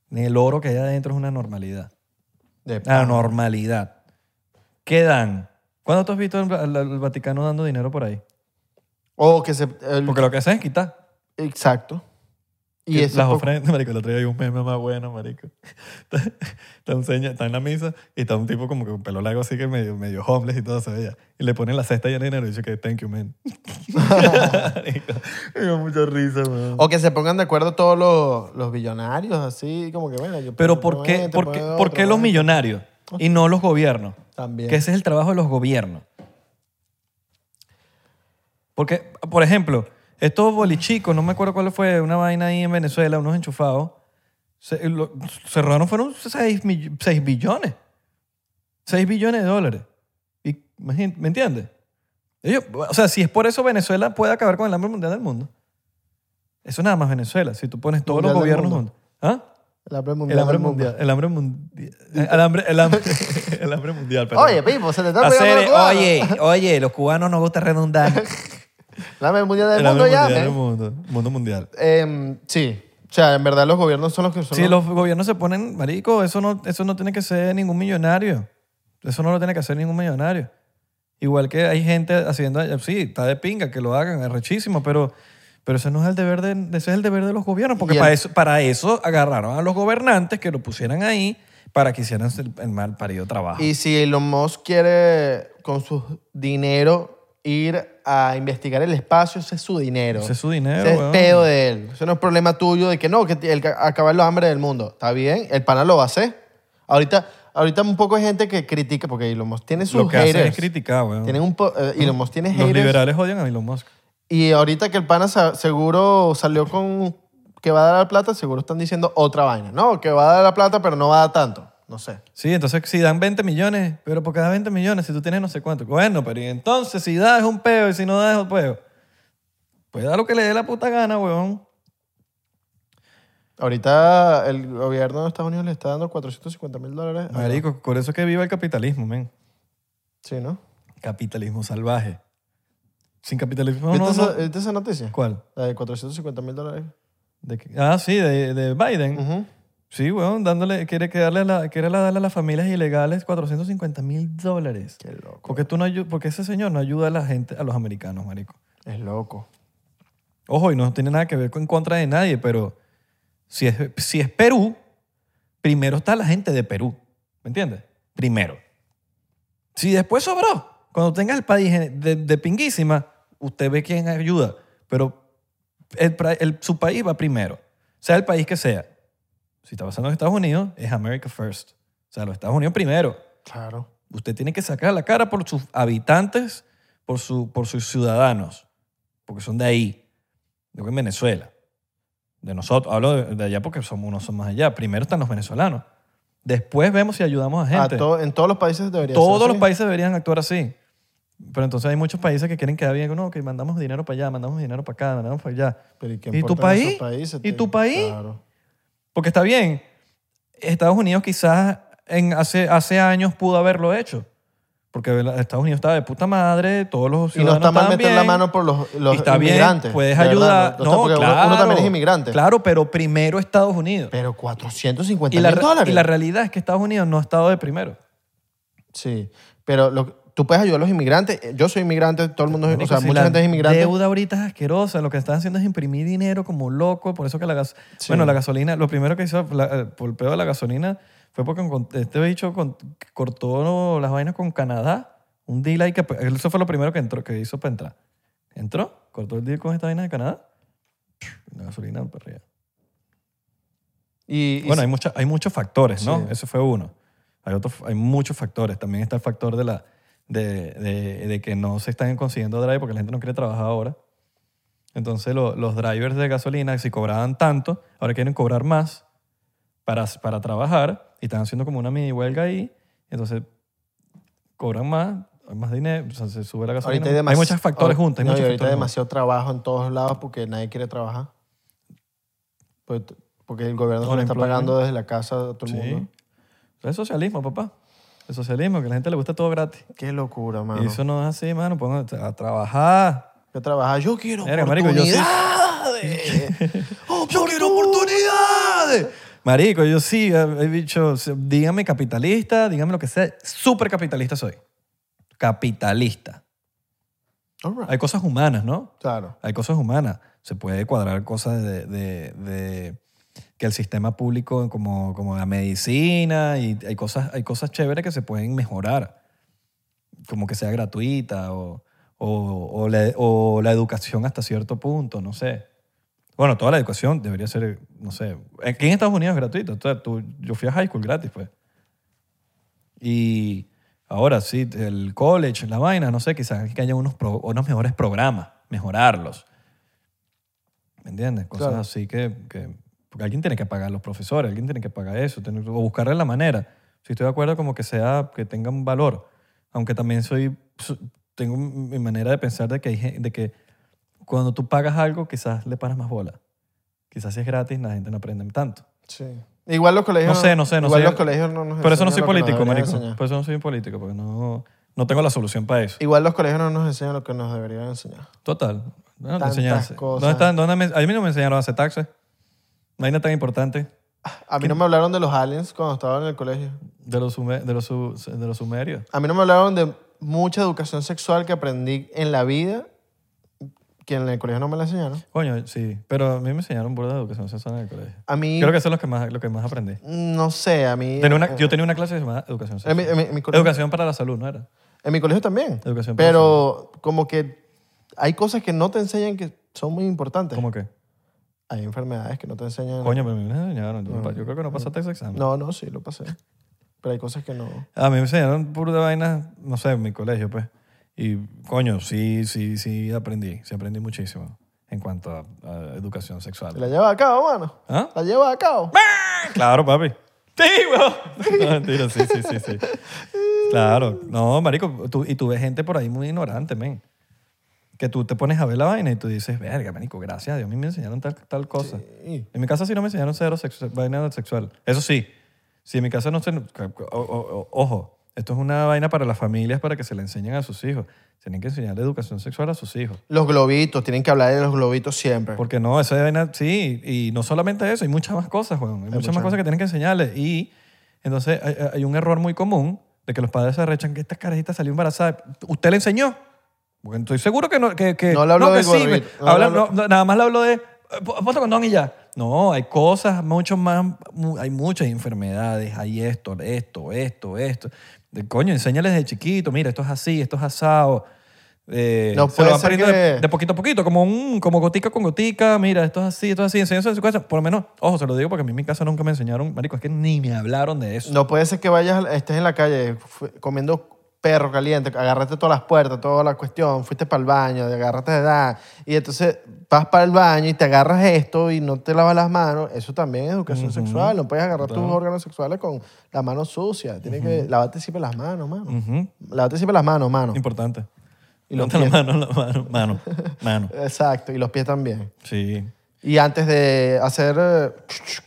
Speaker 2: ni el oro que hay adentro es una normalidad.
Speaker 1: De-
Speaker 2: La normalidad. ¿Qué dan? ¿Cuándo tú has visto el, el- el Vaticano dando dinero por ahí?
Speaker 1: O que se... el-
Speaker 2: Porque lo que hacen es quitar.
Speaker 1: Exacto. Y
Speaker 2: Que
Speaker 1: eso
Speaker 2: las
Speaker 1: po-
Speaker 2: ofrendas, [LAUGHS] marico, el otro día hay un meme más bueno, marico. [LAUGHS] Está, está un señor- está en la misa y está un tipo como que con pelo largo así que medio, medio homeless y todo se veía. Y le ponen la cesta llena de dinero y dice que thank you, man. Marico, me dio mucha risa, man.
Speaker 1: O que se pongan de acuerdo todos los, los billonarios, así como que, bueno, yo
Speaker 2: Pero
Speaker 1: pongo
Speaker 2: ¿por qué,
Speaker 1: este,
Speaker 2: por qué-
Speaker 1: pongo
Speaker 2: por
Speaker 1: otro, Oh.
Speaker 2: qué los
Speaker 1: pongo-
Speaker 2: millonarios y no los gobiernos?
Speaker 1: También.
Speaker 2: Que ese es el trabajo de los gobiernos. Porque, por ejemplo, estos bolichicos, no me acuerdo cuál fue, una vaina ahí en Venezuela, unos enchufados, se, lo- cerraron, fueron 6, billones. 6 billones de dólares. Y, imagín- ¿Me entiendes? Ellos- o sea, si es por eso Venezuela puede acabar con el hambre mundial del mundo. Eso nada más Venezuela, si tú pones todos los
Speaker 1: Mundial del
Speaker 2: gobiernos
Speaker 1: mundo.
Speaker 2: juntos. ¿Ah?
Speaker 1: El hambre mundial.
Speaker 2: El hambre
Speaker 1: del mundo.
Speaker 2: mundial. El hambre mundial. eh, El hambre, el hambre, [LAUGHS] el hambre mundial, perdón.
Speaker 1: Oye, Pipo, se te está pegando
Speaker 2: Hacer-
Speaker 1: el cubano.
Speaker 2: oye, oye, los cubanos nos gusta redundar.
Speaker 1: [LAUGHS] El hambre mundial del
Speaker 2: El
Speaker 1: mundo
Speaker 2: hambre
Speaker 1: ya,
Speaker 2: mundial del
Speaker 1: men.
Speaker 2: mundo. Mundo mundial.
Speaker 1: Em, sí. O sea, en verdad los gobiernos son los que son
Speaker 2: Si
Speaker 1: los-
Speaker 2: los gobiernos se ponen, marico, eso no, eso no tiene que ser ningún millonario. Eso no lo tiene que hacer ningún millonario. Igual que hay gente haciendo, sí, está de pinga que lo hagan, es rechísimo, pero, pero ese no es el deber de, ese es el deber de los gobiernos, porque
Speaker 1: Y
Speaker 2: para
Speaker 1: el-
Speaker 2: eso, para eso agarraron a los gobernantes que lo pusieran ahí para que hicieran el, el mal parido trabajo.
Speaker 1: Y si Elon Musk quiere con su dinero ir a investigar el espacio, ese es su dinero.
Speaker 2: Ese es su dinero,
Speaker 1: Ese es
Speaker 2: weón.
Speaker 1: peo de él. Eso no es problema tuyo de que no, que el, acabar los hambre del mundo. Está bien, el pana lo va a hacer. Ahorita, ahorita un poco hay gente que critica, porque Elon Musk tiene sus
Speaker 2: lo que hacen es
Speaker 1: haters.
Speaker 2: criticar, weón.
Speaker 1: Tienen un po- eh, Elon Musk tiene
Speaker 2: Los
Speaker 1: haters.
Speaker 2: liberales odian a Elon Musk.
Speaker 1: Y ahorita que el pana sa- seguro salió con que va a dar la plata, seguro están diciendo otra vaina. No, que va a dar la plata, pero no va a dar tanto. No sé.
Speaker 2: Sí, entonces si dan 20 millones, pero por cada 20 millones, si tú tienes no sé cuánto. Bueno, pero y entonces si das es un peo y si no das es un peo. Pues da lo que le dé la puta gana, weón.
Speaker 1: Ahorita el gobierno de Estados Unidos le está dando 450 mil dólares. a-
Speaker 2: Marico, por eso es que viva el capitalismo, men.
Speaker 1: Sí, ¿no?
Speaker 2: Capitalismo salvaje. Sin capitalismo
Speaker 1: ¿Viste,
Speaker 2: no,
Speaker 1: esa,
Speaker 2: no.
Speaker 1: viste esa noticia?
Speaker 2: ¿Cuál?
Speaker 1: La de 450 mil dólares.
Speaker 2: ¿De qué? ah, sí, de, de Biden.
Speaker 1: Ujú.
Speaker 2: Sí, weón, dándole, quiere, que darle a la, quiere la- darle a las familias ilegales 450 mil dólares.
Speaker 1: Qué loco.
Speaker 2: Porque, tú no ayu- porque ese señor no ayuda a la gente, a los americanos, marico.
Speaker 1: Es loco.
Speaker 2: Ojo, y no tiene nada que ver con en contra de nadie, pero Si es, si es Perú, primero está la gente de Perú. ¿Me entiendes? Primero. Si después sobró, cuando tenga el país de, de pinguísima, usted ve quién ayuda. Pero el pra- el- su país va primero. Sea el país que sea. Si está pasando en Estados Unidos, es America First. O sea, los Estados Unidos primero.
Speaker 1: Claro.
Speaker 2: Usted tiene que sacar la cara por sus habitantes, por, su, por sus ciudadanos, porque son de ahí. Yo que en Venezuela. De nosotros. Hablo de, de allá porque somos unos son más allá. Primero están los venezolanos. Después vemos si ayudamos
Speaker 1: A
Speaker 2: a gente.
Speaker 1: Ah, to- en todos los países debería ser
Speaker 2: Todos
Speaker 1: así.
Speaker 2: los países deberían actuar así. Pero entonces hay muchos países que quieren quedar bien. que No, que mandamos dinero para allá, mandamos dinero para acá, mandamos para allá.
Speaker 1: Pero, ¿y, qué
Speaker 2: ¿Y tu
Speaker 1: importan esos
Speaker 2: país?
Speaker 1: países?
Speaker 2: ¿Y
Speaker 1: Te-
Speaker 2: tu país?
Speaker 1: Claro.
Speaker 2: Porque está bien, Estados Unidos quizás en hace, hace años pudo haberlo hecho. Porque la- Estados Unidos estaba de puta madre, todos los
Speaker 1: Y no
Speaker 2: ciudadanos
Speaker 1: está mal
Speaker 2: estaban
Speaker 1: meter la
Speaker 2: bien,
Speaker 1: mano por los, los
Speaker 2: y está bien,
Speaker 1: inmigrantes.
Speaker 2: puedes
Speaker 1: de verdad,
Speaker 2: ayudar.
Speaker 1: no está-
Speaker 2: No,
Speaker 1: porque uno-
Speaker 2: claro,
Speaker 1: uno también es inmigrante.
Speaker 2: Claro, pero primero Estados Unidos.
Speaker 1: Pero 450
Speaker 2: y, la,
Speaker 1: mil
Speaker 2: re-
Speaker 1: dólares.
Speaker 2: y la realidad es que Estados Unidos no ha estado de primero.
Speaker 1: Sí, pero lo- tú puedes ayudar a los inmigrantes. Eh, Yo soy inmigrante, todo el mundo, es- o
Speaker 2: Marico,
Speaker 1: sea,
Speaker 2: si
Speaker 1: mucha
Speaker 2: la
Speaker 1: gente es inmigrante.
Speaker 2: deuda ahorita es asquerosa. Lo que están haciendo es imprimir dinero como loco. Por eso que la gas...
Speaker 1: Sí.
Speaker 2: Bueno, la gasolina... Lo primero que hizo la- eh, por el pedo de la gasolina fue porque encont- este bicho con- cortó las vainas con Canadá. Un deal ahí que... pues, Eso fue lo primero que, entró, que hizo para entrar. Entró, cortó el deal con esta vaina de Canadá. La gasolina para arriba.
Speaker 1: Y, y
Speaker 2: Bueno,
Speaker 1: sí,
Speaker 2: hay, mucha- hay muchos factores, ¿no?
Speaker 1: Sí.
Speaker 2: Ese fue uno. Hay, otro, hay muchos factores. También está el factor de, la, de, de- de que no se están consiguiendo drive porque la gente no quiere trabajar ahora. Entonces lo- los drivers de gasolina, si cobraban tanto, ahora quieren cobrar más para, para trabajar y están haciendo como una mini huelga ahí. Entonces cobran más, hay más dinero, o sea, se sube la gasolina.
Speaker 1: ahorita hay, demasi-
Speaker 2: muchos factores
Speaker 1: ahor-
Speaker 2: juntos. Hay
Speaker 1: no, y
Speaker 2: muchos
Speaker 1: ahorita hay
Speaker 2: factores juntos.
Speaker 1: demasiado trabajo en todos lados porque nadie quiere trabajar. Pues- porque el gobierno se
Speaker 2: All
Speaker 1: lo está
Speaker 2: employment.
Speaker 1: pagando desde la casa a todo el mundo.
Speaker 2: Sí. Es socialismo, papá. Es socialismo, que a la gente le gusta todo gratis.
Speaker 1: Qué locura,
Speaker 2: Y
Speaker 1: mano.
Speaker 2: eso no es así, mano. Pónganse a trabajar.
Speaker 1: Yo trabajar, yo quiero
Speaker 2: Verga, marico, yo sí-
Speaker 1: oportunidades.
Speaker 2: [LAUGHS] ¡Yo quiero oportunidades! Marico, yo sí, eh, he dicho, sí, dígame capitalista, dígame lo que sea. Súper capitalista soy. Capitalista.
Speaker 1: All right.
Speaker 2: Hay cosas humanas, ¿no?
Speaker 1: Claro.
Speaker 2: Hay cosas humanas. Se puede cuadrar cosas de, de- de que el sistema público, como, como la medicina, y hay cosas, hay cosas chéveres que se pueden mejorar. Como que sea gratuita o, o- o la, o la educación hasta cierto punto, no sé. Bueno, toda la educación debería ser, no sé. Aquí en Estados Unidos es gratuito. Entonces, tú- yo fui a high school gratis, pues. Y ahora sí, el college, la vaina, no sé, quizás que haya unos, pro- unos mejores programas, mejorarlos. ¿Me entiendes? Cosas
Speaker 1: Claro.
Speaker 2: así que, que- Porque alguien tiene que pagar los profesores, alguien tiene que pagar eso, tiene- o buscarle la manera. Si estoy de acuerdo, como que sea, que tenga un valor. Aunque también soy. su- Tengo mi manera de pensar de que, hay gen- de que cuando tú pagas algo, quizás le paras más bola. Quizás si es gratis, la gente no aprende tanto.
Speaker 1: Sí. Igual los colegios.
Speaker 2: No sé, no sé, no
Speaker 1: igual
Speaker 2: sé.
Speaker 1: los colegios no nos
Speaker 2: Por eso
Speaker 1: enseñan
Speaker 2: no soy
Speaker 1: lo que nos
Speaker 2: político,
Speaker 1: deberían
Speaker 2: marico.
Speaker 1: enseñar.
Speaker 2: Por eso no soy político, porque no, no tengo la solución para eso.
Speaker 1: Igual los colegios no nos enseñan lo que nos deberían enseñar.
Speaker 2: Total. No te
Speaker 1: Tantas
Speaker 2: enseñan a hacer-
Speaker 1: cosas.
Speaker 2: ¿Dónde están? ¿Dónde me- a mí no me enseñaron a hacer taxes. No hay nada tan importante
Speaker 1: A mí no me hablaron de los aliens cuando estaba en el colegio.
Speaker 2: de los, sume- de los, su- de los sumerios.
Speaker 1: A mí no me hablaron de mucha educación sexual que aprendí en la vida, que en el colegio no me la enseñaron.
Speaker 2: Coño, sí. Pero a mí me enseñaron burda de educación sexual en el colegio.
Speaker 1: A mí,
Speaker 2: Creo que eso es lo que más, lo que más aprendí.
Speaker 1: no sé, a mí...
Speaker 2: Tenía una- yo tenía una clase llamada educación
Speaker 1: en, mi,
Speaker 2: sexual.
Speaker 1: en mi- en mi colegio,
Speaker 2: Educación para la salud, ¿no era?
Speaker 1: en mi colegio también.
Speaker 2: Educación para la salud.
Speaker 1: Pero como que hay cosas que no te enseñan que son muy importantes.
Speaker 2: ¿Cómo qué?
Speaker 1: Hay enfermedades que no te enseñan.
Speaker 2: Coño, pero a mí me enseñaron. Yo, yo creo que no pasaste ese examen.
Speaker 1: No, no, sí, lo pasé. Pero hay cosas que no...
Speaker 2: A mí me enseñaron pura vaina, no sé, en mi colegio, pues. Y, coño, sí, sí, sí aprendí. Sí aprendí muchísimo en cuanto a, a educación
Speaker 1: ¿Te
Speaker 2: sexual.
Speaker 1: la llevas a cabo, mano?
Speaker 2: ¿Ah?
Speaker 1: ¿La llevas a cabo?
Speaker 2: Claro, papi. Sí, weón. [LAUGHS] No, mentira, sí, sí, sí, sí. Claro. No, marico, tú- y tú ves gente por ahí muy ignorante, men. Que tú te pones a ver la vaina y tú dices, verga, marico, gracias a Dios, a mí me enseñaron tal, tal cosa.
Speaker 1: Sí.
Speaker 2: En mi casa sí no me enseñaron cero sexu- vaina sexual. Eso sí, si en mi casa no se... o- o- o- ojo, esto es una vaina para las familias para que se la enseñen a sus hijos. Tienen que enseñarle educación sexual a sus hijos.
Speaker 1: Los globitos, tienen que hablar de los globitos siempre.
Speaker 2: Porque no, esa vaina, sí, y no solamente eso, hay muchas más cosas, weón. Hay, muchas
Speaker 1: muchas
Speaker 2: más cosas que tienen que enseñarles. Y entonces hay, hay un error muy común de que los padres se arrechan que esta carajita salió embarazada. ¿Usted le enseñó? Porque estoy seguro que no. Que, que-
Speaker 1: No le habló
Speaker 2: que
Speaker 1: del
Speaker 2: sí,
Speaker 1: gorrito.
Speaker 2: me-
Speaker 1: No le
Speaker 2: habla-
Speaker 1: habló-
Speaker 2: no, no, Nada más le habló de. eh, po- Ponte condón y ya. No, hay cosas mucho más, mu- hay muchas enfermedades, hay esto, esto, esto, esto. De- Coño, enséñales de chiquito, mira, esto es así, esto es asado. Eh,
Speaker 1: No
Speaker 2: se lo
Speaker 1: puede
Speaker 2: van
Speaker 1: ser
Speaker 2: perdiendo de,
Speaker 1: que-
Speaker 2: de poquito a poquito, como, un, como gotica con gotica, mira, esto es así, esto es así, enséñales en su casa. Por lo menos, ojo, se lo digo porque a mí en mi casa nunca me enseñaron, marico, es que ni me hablaron de eso.
Speaker 1: No puede ser que vayas, estés en la calle fu- comiendo perro caliente, agarraste todas las puertas, toda la cuestión, fuiste para el baño, te agarraste de edad, y entonces vas para el baño y te agarras esto y no te lavas las manos, eso también es educación sexual, no puedes agarrar tus órganos sexuales con las manos sucias, tienes que lavarte siempre las manos, mano.
Speaker 2: Ujú,
Speaker 1: Lávate siempre las manos, mano.
Speaker 2: Importante.
Speaker 1: Y los
Speaker 2: Levanta la
Speaker 1: pies.
Speaker 2: mano, la mano, mano, mano.
Speaker 1: Exacto, y los pies también.
Speaker 2: Sí.
Speaker 1: Y antes de hacer eh,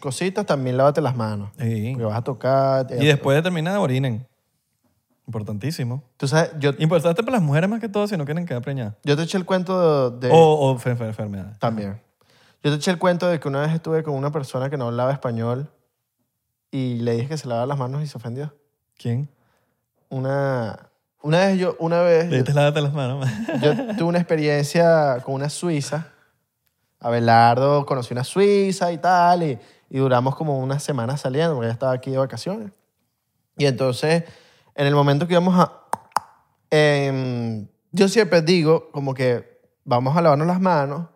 Speaker 1: cositas, también lávate las manos.
Speaker 2: Sí.
Speaker 1: Porque vas a tocar.
Speaker 2: Y después de terminar, orinen. Importantísimo.
Speaker 1: Tú sabes, yo,
Speaker 2: Importante para las mujeres más que todo si no quieren quedar preñadas.
Speaker 1: yo te eché el cuento de.
Speaker 2: O, o fe- fe- enfermedades.
Speaker 1: También. Yo te eché el cuento de que una vez estuve con una persona que no hablaba español y le dije que se lavaba las manos y se ofendió.
Speaker 2: ¿Quién?
Speaker 1: Una, una vez yo, una vez
Speaker 2: Le
Speaker 1: yo,
Speaker 2: dices lávate las manos.
Speaker 1: yo tuve una experiencia con una suiza. Abelardo conocí una suiza y tal y, y duramos como una semana saliendo porque ella estaba aquí de vacaciones. Y entonces, en el momento que íbamos a... em, yo siempre digo como que vamos a lavarnos las manos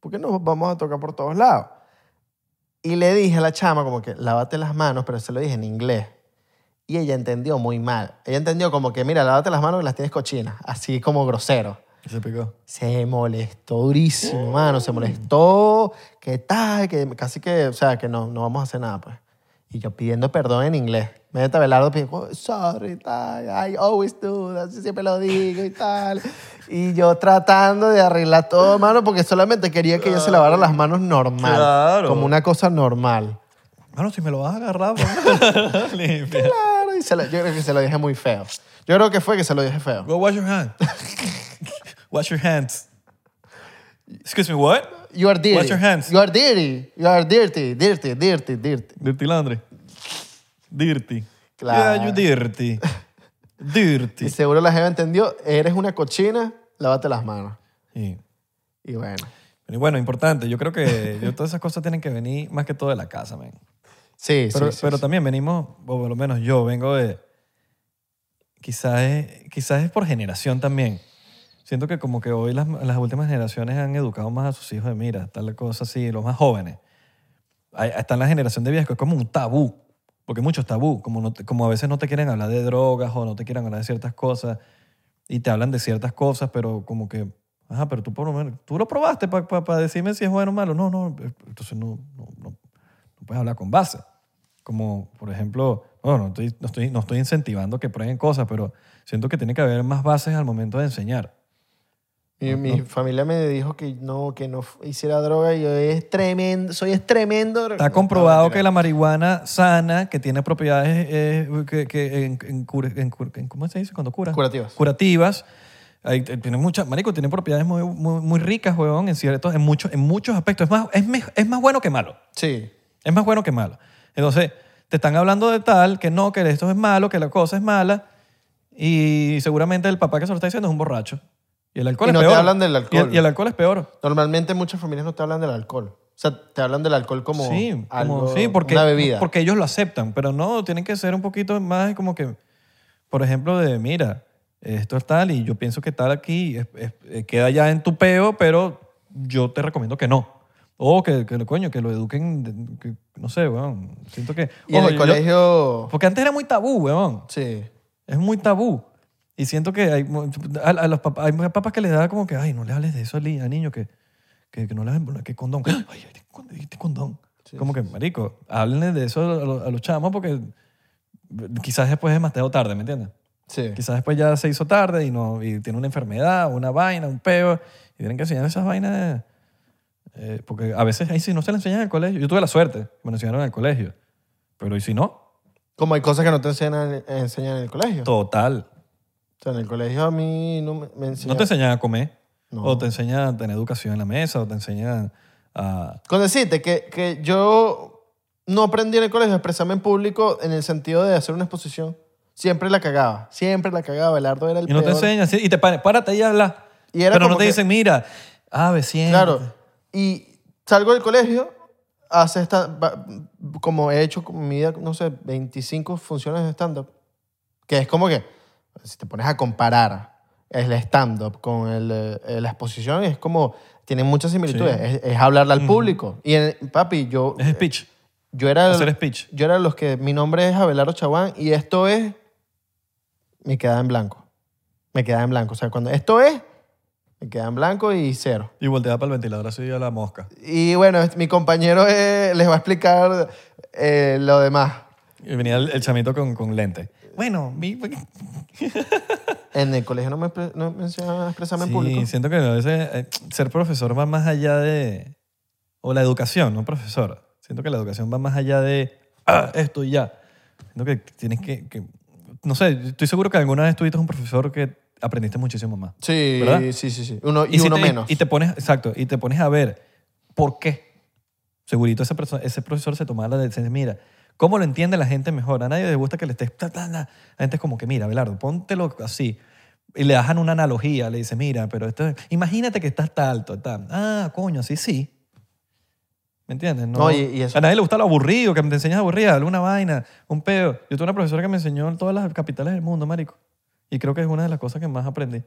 Speaker 1: porque nos vamos a tocar por todos lados. Y le dije a la chama como que lávate las manos, pero se lo dije en inglés. Y ella entendió muy mal. Ella entendió como que, mira, lávate las manos que las tienes cochinas. Así como grosero.
Speaker 2: Y se picó.
Speaker 1: Se molestó durísimo, mano. Se molestó. ¿Qué tal? Que casi que, o sea, que no, no vamos a hacer nada, pues. Y yo pidiendo perdón en inglés. Me Abelardo pidiendo, "Oh, sorry, tal. I always do. Así siempre lo digo y tal. Y yo tratando de arreglar todo, mano, porque solamente quería que ella se lavara las manos normal.
Speaker 2: Claro.
Speaker 1: Como una cosa normal.
Speaker 2: Mano, si me lo vas a agarrar, [LAUGHS] pues, limpia.
Speaker 1: Claro, y se lo- yo creo que se lo dije muy feo. Yo creo que fue que se lo dije feo.
Speaker 2: Go wash your hands. wash your hands. Excuse me, what?
Speaker 1: You are dirty.
Speaker 2: Wash your hands.
Speaker 1: You are dirty. You are dirty, dirty, dirty, dirty.
Speaker 2: Dirty Landry. Dirty.
Speaker 1: Claro.
Speaker 2: Yeah, you dirty. Dirty.
Speaker 1: Y seguro la gente entendió, eres una cochina, lávate las manos.
Speaker 2: Sí.
Speaker 1: Y bueno.
Speaker 2: Y bueno, importante. Yo creo que yo- todas esas cosas tienen que venir más que todo de la casa, man.
Speaker 1: Sí,
Speaker 2: Pero,
Speaker 1: sí, sí.
Speaker 2: pero
Speaker 1: sí.
Speaker 2: también venimos, o por lo menos yo vengo de... Quizás es, quizás es por generación también. Siento que como que hoy las, las últimas generaciones han educado más a sus hijos de mira, tal cosa así, los más jóvenes. Ahí Está en la generación de viejos, que es como un tabú, porque hay muchos tabú, como, no te- como a veces no te quieren hablar de drogas o no te quieren hablar de ciertas cosas y te hablan de ciertas cosas, pero como que, ajá, pero tú por lo menos, tú lo probaste para decirme si es bueno o malo. No, no, eh, entonces no, no, no, no puedes hablar con base. Como, por ejemplo, bueno, no estoy, no, estoy, no estoy incentivando que prueben cosas, pero siento que tiene que haber más bases al momento de enseñar.
Speaker 1: Mi, mi familia me dijo que no, que no f- hiciera droga y yo es tremendo, soy es tremendo.
Speaker 2: Está comprobado que la marihuana sana, que tiene propiedades eh, que, que en- en cure- en cure- en- ¿cómo se dice cuando cura?
Speaker 1: Curativas.
Speaker 2: Curativas. Ahí te- tiene muchas, marico, tiene propiedades muy, muy, muy ricas, huevón, en ciertos, en muchos, en muchos aspectos. Es más, es, mej- es más bueno que malo.
Speaker 1: Sí.
Speaker 2: Es más bueno que malo. Entonces, te están hablando de tal, que no, que esto es malo, que la cosa es mala, y seguramente el papá que se lo está diciendo es un borracho. Y el alcohol
Speaker 1: Y
Speaker 2: es
Speaker 1: no te
Speaker 2: peor.
Speaker 1: hablan del
Speaker 2: Y el-
Speaker 1: alcohol.
Speaker 2: y el alcohol es peor.
Speaker 1: Normalmente muchas familias no te hablan del alcohol. O sea, te hablan del alcohol como
Speaker 2: sí, como-
Speaker 1: algo,
Speaker 2: sí, porque,
Speaker 1: una bebida.
Speaker 2: porque ellos lo aceptan, pero no, tienen que ser un poquito más como que, por ejemplo, de mira, esto es tal y yo pienso que tal aquí es- es- eh, queda ya en tu peo, pero yo te recomiendo que no. O que, que lo coño, que lo eduquen, de- que- no sé, weón. Siento que...
Speaker 1: y en
Speaker 2: Ojo,
Speaker 1: el
Speaker 2: yo-
Speaker 1: colegio,
Speaker 2: porque antes era muy tabú, weón.
Speaker 1: sí.
Speaker 2: Es muy tabú. Y siento que hay, mu- a, a los papás, hay papás que les da como que, ay, no le hables de eso al niño, al niño que, que, que no le hables, que condón. Ay, este con- este condón. como que, marico, háblenle de eso a los, a los chamos porque quizás después es demasiado tarde, ¿me entiendes?
Speaker 1: Sí.
Speaker 2: Quizás después ya se hizo tarde y, no, y tiene una enfermedad, una vaina, un peo, y tienen que enseñar esas vainas. eh, porque a veces, ahí si no se le enseñan en el colegio. Yo tuve la suerte, me lo enseñaron en el colegio. Pero ¿y si no?
Speaker 1: Como hay cosas que no te enseñan, enseñan en el colegio.
Speaker 2: Total.
Speaker 1: O sea, en el colegio a mí no me, me
Speaker 2: No
Speaker 1: enseñaron.
Speaker 2: te enseñan a comer.
Speaker 1: No.
Speaker 2: O te enseñan a tener educación en la mesa. O te enseñan a...
Speaker 1: Con decirte que, que yo no aprendí en el colegio a expresarme en público en el sentido de hacer una exposición. Siempre la cagaba, siempre la cagaba. Belardo era el
Speaker 2: Y no te
Speaker 1: peor.
Speaker 2: enseñan. sí, Y te pa- párate y habla.
Speaker 1: Y era
Speaker 2: Pero no
Speaker 1: como
Speaker 2: te ah,
Speaker 1: que-
Speaker 2: dicen, mira, ave, siéntate.
Speaker 1: Claro. Y salgo del colegio hace esta, va- como he hecho con mi vida, no sé, 25 funciones de stand-up, que es como que, si te pones a comparar el stand-up con el, eh, la exposición, es como, tienen muchas similitudes,
Speaker 2: Sí.
Speaker 1: es, es hablarle al público. Y en- papi, yo,
Speaker 2: Es speech.
Speaker 1: yo era...
Speaker 2: Hacer speech.
Speaker 1: Yo era los que. Mi nombre es Abelardo Chaguán y esto es. Me quedaba en blanco. Me quedaba en blanco. O sea, cuando esto es. Me quedaba en blanco y cero.
Speaker 2: Y volteaba para el ventilador así a la mosca.
Speaker 1: Y bueno, es- mi compañero eh, les va a explicar eh, lo demás.
Speaker 2: Y venía el, el chamito con, con lente. Bueno, mi...
Speaker 1: En el colegio no me, expre- no me enseñaban a expresarme en
Speaker 2: Sí,
Speaker 1: público.
Speaker 2: siento que a veces eh, ser profesor va más allá de... O la educación, no profesor. Siento que la educación va más allá de "Ah, esto y ya. Siento que tienes que, que- No sé, estoy seguro que alguna vez tuviste un profesor que aprendiste muchísimo más.
Speaker 1: Sí,
Speaker 2: ¿Verdad?
Speaker 1: sí, sí, sí. Uno, y,
Speaker 2: si
Speaker 1: uno
Speaker 2: te-
Speaker 1: menos.
Speaker 2: Y te pones, exacto, y te pones a ver por qué. Segurito ese, perso- ese profesor se tomaba la decisión, mira, ¿cómo lo entiende la gente mejor? A nadie le gusta que le estés... ta, ta, ta. La gente es como que, mira, Belardo, póntelo así. Y le dejan una analogía, le dice, mira, pero esto es- Imagínate que estás tan alto, tan... Ah, coño, sí, sí. ¿Me entiendes? No,
Speaker 1: No, y- y eso-
Speaker 2: A nadie le gusta lo aburrido, que te enseñas aburrida, alguna vaina, un pedo. Yo tuve una profesora que me enseñó en todas las capitales del mundo, marico. Y creo que es una de las cosas que más aprendí.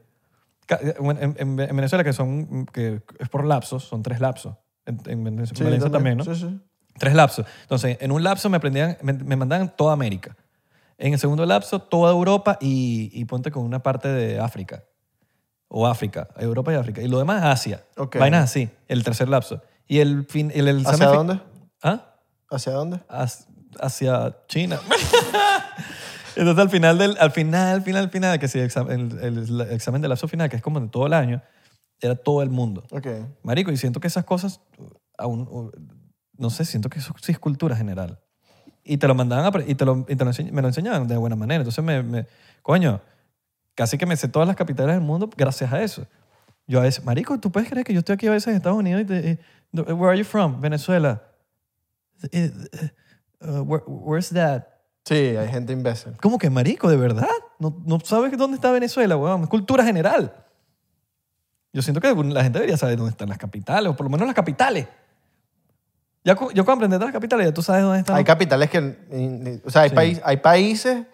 Speaker 2: Ca- En, en- en- en Venezuela, que son que es por lapsos, son tres lapsos. En, en Venezuela
Speaker 1: Sí,
Speaker 2: Valencia también, ¿no?
Speaker 1: Sí, sí.
Speaker 2: Tres lapsos. Entonces, en un lapso me, aprendían, me, me mandaban toda América. En el segundo lapso, toda Europa y, y ponte con una parte de África. O África, Europa y África. Y lo demás, Asia.
Speaker 1: Ok.
Speaker 2: Vainas así, el tercer lapso. Y el fin. El, el
Speaker 1: ¿Hacia
Speaker 2: examen fi-
Speaker 1: dónde?
Speaker 2: ¿Ah?
Speaker 1: ¿Hacia dónde?
Speaker 2: As- hacia China. [LAUGHS] Entonces al final del, al final, final, final, que sí, exam- el, el- el examen del lapso final, que es como de todo el año, era todo el mundo.
Speaker 1: Ok.
Speaker 2: Marico, y siento que esas cosas, aún, uh, no sé, siento que eso sí es cultura general. Y te lo mandaban a pre- y, te lo, y te lo enseñ- me lo enseñaban de buena manera. Entonces me, me- coño, casi que me sé todas las capitales del mundo gracias a eso. Yo a veces, marico, ¿tú puedes creer que yo estoy aquí a veces en Estados Unidos y te, eh, where are you from? Venezuela. Eh, eh, uh, where- where's that?
Speaker 1: Sí, hay gente imbécil.
Speaker 2: ¿Cómo que marico, de verdad? ¿No, no sabes dónde está Venezuela, weón? Es cultura general. Yo siento que la gente debería saber dónde están las capitales, o por lo menos las capitales. Ya, cu- yo cuando aprendí de las capitales, ya tú sabes dónde están.
Speaker 1: Hay capitales que. mm, O sea, hay,
Speaker 2: Sí.
Speaker 1: país- hay países.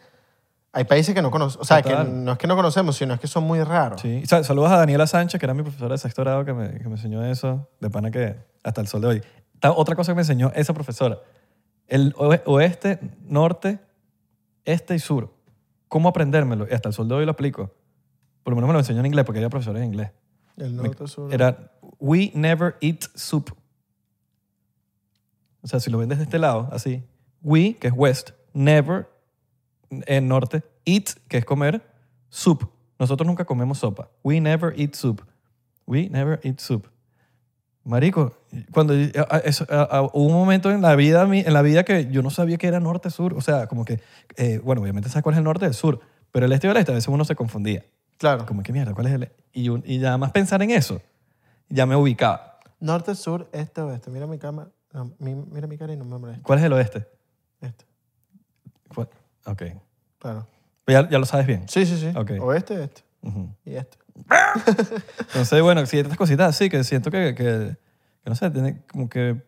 Speaker 1: Hay países que no conocemos. O sea, que
Speaker 2: Total.
Speaker 1: no es que no conocemos, sino es que son muy raros.
Speaker 2: Sí. Y sal- Saludos a Daniela Sánchez, que era mi profesora de sexto grado, que me, que me enseñó eso. De pana que hasta el sol de hoy. Ta- otra cosa que me enseñó esa profesora. El oe- oeste, norte, este y sur. ¿Cómo aprendérmelo? Y hasta el sol de hoy lo aplico. Por lo menos me lo enseñó en inglés, porque había profesores en inglés.
Speaker 1: El norte, sur.
Speaker 2: Era We never eat soup. O sea, si lo ven desde este lado, así. We, que es west, never, en norte, eat, que es comer, soup. Nosotros nunca comemos sopa. We never eat soup. We never eat soup. Marico, cuando yo- a- a- eso- a- a- hubo un momento en la vida mi- en la vida que yo no sabía que era norte sur, o sea, como que eh, bueno, obviamente sabes cuál es el norte y el sur, pero el este y el este a veces uno se confundía.
Speaker 1: Claro.
Speaker 2: Como que mierda, ¿cuál es el? Y, un- y nada más pensar en eso, ya me ubicaba.
Speaker 1: Norte, sur, este, oeste. Mira mi cama. no, mi- mira mi cara y no me molesta.
Speaker 2: ¿Cuál es el oeste?
Speaker 1: Este.
Speaker 2: ¿Cuál? Ok. Pues
Speaker 1: Claro.
Speaker 2: Ya, ya lo sabes bien.
Speaker 1: Sí, sí, sí.
Speaker 2: Ok.
Speaker 1: Oeste, este
Speaker 2: Ujú.
Speaker 1: y este.
Speaker 2: Entonces, bueno, ciertas cositas así que siento que, que- que no sé, tienen como que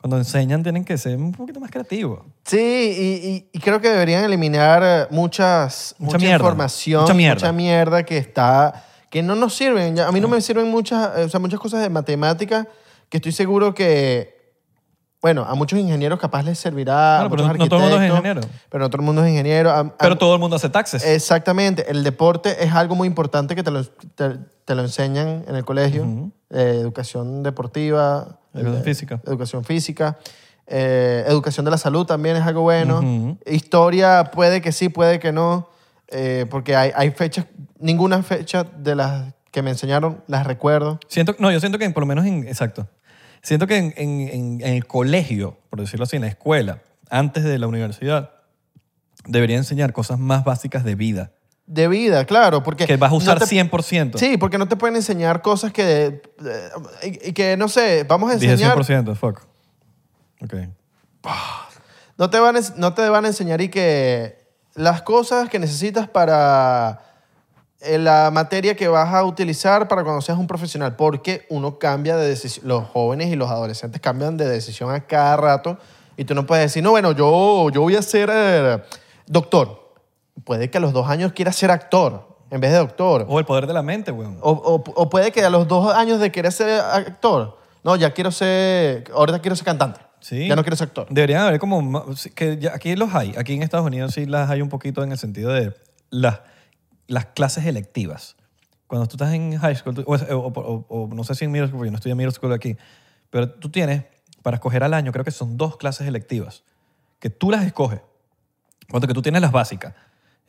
Speaker 2: cuando enseñan tienen que ser un poquito más creativos.
Speaker 1: Sí, y, y- y creo que deberían eliminar eh, muchas,
Speaker 2: Mucha
Speaker 1: mucha,
Speaker 2: mierda.
Speaker 1: información,
Speaker 2: Mucha
Speaker 1: mucha
Speaker 2: mierda.
Speaker 1: mierda. que está que no nos sirven. Ya, A mí no me sirven muchas, eh, o sea, muchas cosas de matemática que estoy seguro que bueno, a muchos ingenieros capaz les servirá,
Speaker 2: Claro,
Speaker 1: a
Speaker 2: pero
Speaker 1: muchos
Speaker 2: no- no todo el mundo es
Speaker 1: arquitectos,
Speaker 2: ingeniero.
Speaker 1: Pero no todo el mundo es ingeniero. A- a-
Speaker 2: Pero todo el mundo hace taxes.
Speaker 1: eh, Exactamente. El deporte es algo muy importante que te lo, te, te lo enseñan en el colegio. Eh, educación deportiva.
Speaker 2: Educación
Speaker 1: eh,
Speaker 2: física.
Speaker 1: Educación física. Eh, educación de la salud también es algo bueno.
Speaker 2: Ujú.
Speaker 1: Historia puede que sí, puede que no. eh, porque hay, hay fechas, ninguna fecha de las que me enseñaron las recuerdo.
Speaker 2: Siento, no, yo siento que en- por lo menos en, exacto. Siento que en, en- en- en el colegio, por decirlo así, en la escuela, antes de la universidad, debería enseñar cosas más básicas de vida,
Speaker 1: De vida, claro. Porque
Speaker 2: que vas a
Speaker 1: no
Speaker 2: usar
Speaker 1: te-
Speaker 2: 100%.
Speaker 1: Sí, porque no te pueden enseñar cosas que... eh, y- y que, no sé, vamos a
Speaker 2: Dije
Speaker 1: enseñar...
Speaker 2: 100%, fuck. Ok.
Speaker 1: No te van a, ens- no te van a enseñar y que las cosas que necesitas para eh, la materia que vas a utilizar para cuando seas un profesional, porque uno cambia de decisión, los jóvenes y los adolescentes cambian de decisión a cada rato y tú no puedes decir, no, bueno, yo, yo voy a ser eh, doctor. Puede que a los dos años quieras ser actor en vez de doctor.
Speaker 2: O el poder de la mente, weón.
Speaker 1: O, o- o puede que a los dos años de querer ser actor, no, ya quiero ser, ahorita quiero ser cantante.
Speaker 2: Sí.
Speaker 1: Ya no quiero ser actor.
Speaker 2: Deberían haber como... ma- que ya- aquí los hay. Aquí en Estados Unidos sí las hay un poquito en el sentido de las, las clases electivas. Cuando tú estás en high school, tú- o, o- o- o no sé si en middle school, porque yo no estoy en middle school aquí, pero tú tienes, para escoger al año, creo que son dos clases electivas, que tú las escoges. Cuanto que tú tienes las básicas.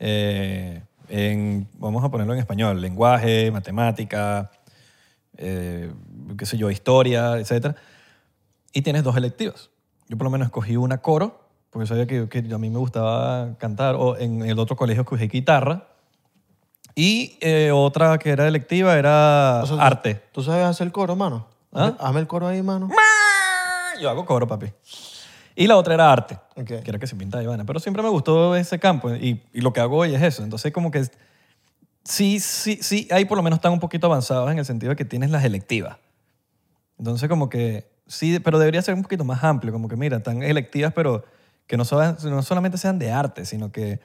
Speaker 2: Eh, en- vamos a ponerlo en español. Lenguaje, matemática, eh, qué sé yo, historia, etcétera y tienes dos electivas. Yo por lo menos escogí una coro, porque sabía que, que a mí me gustaba cantar, o en el otro colegio escogí guitarra, y eh, otra que era electiva era
Speaker 1: O sea, tú-
Speaker 2: arte.
Speaker 1: ¿Tú sabes hacer el coro, mano?
Speaker 2: ¿Ah?
Speaker 1: Hazme el coro ahí, mano.
Speaker 2: Yo hago coro, papi. Y la otra era arte,
Speaker 1: Ok.
Speaker 2: que era que se pinta Ivana. Pero siempre me gustó ese campo y, y lo que hago hoy es eso. Entonces como que sí, sí, sí, ahí por lo menos están un poquito avanzados en el sentido de que tienes las electivas. Entonces como que sí, pero debería ser un poquito más amplio, como que mira, tan electivas, pero que no, sola- no solamente sean de arte, sino que,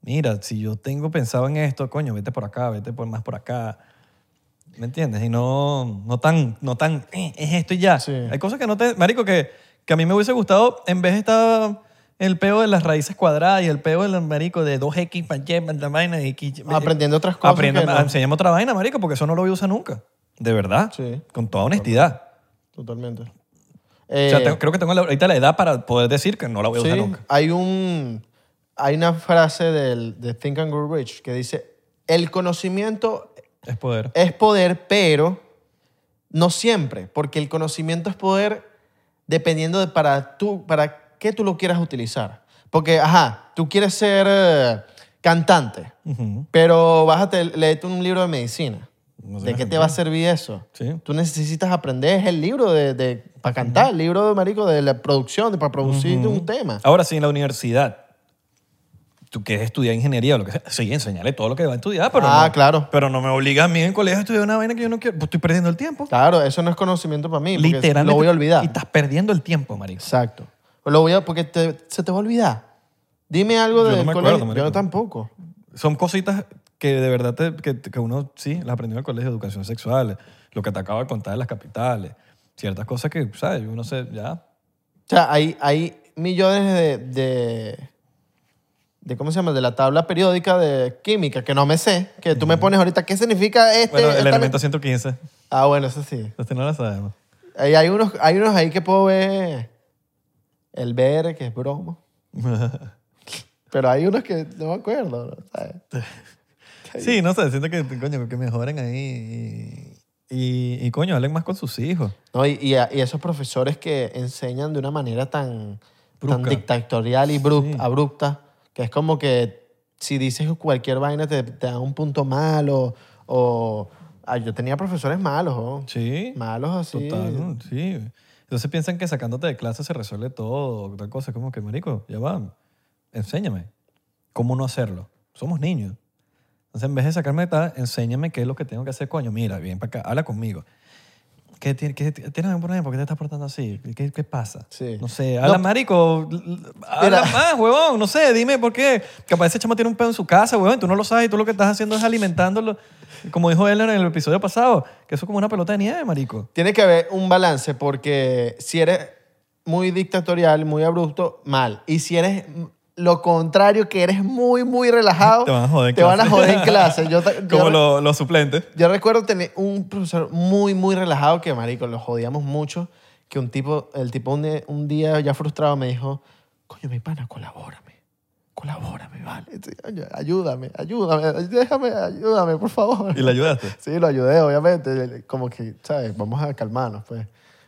Speaker 2: mira, si yo tengo pensado en esto, coño, vete por acá, vete por más por acá. ¿Me entiendes? Y no, no tan, no tan, "Eh, es esto y ya.
Speaker 1: Sí.
Speaker 2: Hay cosas que no te, marico, que, que a mí me hubiese gustado, en vez de estar el peo de las raíces cuadradas y el peo del marico de 2x, pa' y, pa' la vaina, X,
Speaker 1: Aprendiendo otras cosas
Speaker 2: Aprende,
Speaker 1: que no.
Speaker 2: enséñame otra vaina, marico, porque eso no lo voy a usar nunca. De verdad.
Speaker 1: Sí.
Speaker 2: Con toda honestidad.
Speaker 1: Totalmente.
Speaker 2: O sea,
Speaker 1: Eh,
Speaker 2: tengo- creo que tengo la- ahorita la edad para poder decir que no la voy a usar
Speaker 1: sí,
Speaker 2: nunca.
Speaker 1: hay un hay una frase del, de Think and Grow Rich que dice el conocimiento
Speaker 2: Es poder.
Speaker 1: es poder, pero no siempre, porque el conocimiento es poder dependiendo de para tú para qué tú lo quieras utilizar. Porque ajá, tú quieres ser eh, cantante,
Speaker 2: Ujú.
Speaker 1: pero bájate, léete un libro de medicina.
Speaker 2: No sé,
Speaker 1: ¿De qué te
Speaker 2: ejemplo.
Speaker 1: va a servir eso?
Speaker 2: Sí.
Speaker 1: Tú necesitas aprender el libro de, para cantar, el libro de marico de la producción, de, para producir un tema.
Speaker 2: Ahora sí, en la universidad, tú quieres estudiar ingeniería o lo que sea, sí, enseñale todo lo que va a estudiar, pero,
Speaker 1: Ah,
Speaker 2: no,
Speaker 1: claro.
Speaker 2: pero no me obliga a mí en el colegio a estudiar una vaina que yo no quiero. Pues estoy perdiendo el tiempo.
Speaker 1: Claro, eso no es conocimiento para mí, porque
Speaker 2: Literalmente.
Speaker 1: lo voy a olvidar.
Speaker 2: Y estás perdiendo el tiempo, marico.
Speaker 1: Exacto. Lo voy a, porque te- se te va a olvidar. Dime algo
Speaker 2: Yo
Speaker 1: del
Speaker 2: no me
Speaker 1: colegio.
Speaker 2: acuerdo, marico.
Speaker 1: Yo no tampoco.
Speaker 2: Son cositas que de verdad te- que, que uno sí las aprendió en el colegio, educación sexual, lo que te acabo de contar de las capitales, ciertas cosas que, ¿sabes? Uno se, ya,
Speaker 1: O sea, hay, hay millones de, de, de- ¿cómo se llama? De la tabla periódica de química que no me sé, que tú me pones ahorita, ¿qué significa este?
Speaker 2: Bueno, el
Speaker 1: esta-
Speaker 2: elemento 115.
Speaker 1: Ah, bueno, eso sí.
Speaker 2: Este no lo sabemos.
Speaker 1: Ahí hay, unos, hay unos ahí que puedo ver el BR, que es
Speaker 2: [LAUGHS]
Speaker 1: bromo. Pero hay unos que no me acuerdo, ¿no? ¿sabes?
Speaker 2: sí, no sé, siento que, coño, que mejoren ahí y, y- y, coño, hablen más con sus hijos.
Speaker 1: No, y, y a- y esos profesores que enseñan de una manera tan, tan
Speaker 2: Brusca.
Speaker 1: dictatorial y bru-
Speaker 2: Sí.
Speaker 1: abrupta, que es como que si dices cualquier vaina te, te dan un punto malo o... ah, yo tenía profesores malos, ¿no?
Speaker 2: Sí,
Speaker 1: Malos así.
Speaker 2: total, sí. Entonces piensan que sacándote de clase se resuelve todo, tal cosa. Como que, marico, ya va, enséñame cómo no hacerlo. Somos niños. Entonces, en vez de sacarme de tal, enséñame qué es lo que tengo que hacer, coño. Mira, bien para acá, habla conmigo. ¿Qué, tiene- qué- ¿Tienes algún problema? ¿Por qué te estás portando así? ¿Qué, qué pasa?
Speaker 1: Sí.
Speaker 2: No sé, habla
Speaker 1: No.
Speaker 2: marico, l- l- habla
Speaker 1: Mira.
Speaker 2: más, huevón, no sé, dime por qué. Capaz ese chamo tiene un pedo en su casa, huevón, tú no lo sabes y tú lo que estás haciendo es alimentándolo. Como dijo él en el episodio pasado, que eso es como una pelota de nieve, marico.
Speaker 1: Tiene que haber un balance porque si eres muy dictatorial, muy abrupto, mal. Y si eres lo contrario, que eres muy, muy relajado,
Speaker 2: Te van a joder en
Speaker 1: te van a
Speaker 2: clase.
Speaker 1: joder en clase. Yo, [LAUGHS] ta- yo
Speaker 2: Como
Speaker 1: re-
Speaker 2: lo- los suplentes.
Speaker 1: yo recuerdo tener un profesor muy, muy relajado que, marico, lo jodíamos mucho, que un tipo, el tipo un día, un día ya frustrado me dijo, coño, mi pana, colabórame, colabórame, vale. Sí, coño, Ayúdame, ayúdame, déjame, ayúdame, por favor.
Speaker 2: Y le ayudaste.
Speaker 1: Sí, lo ayudé, obviamente. Como que, ¿sabes? Vamos a calmarnos, pues.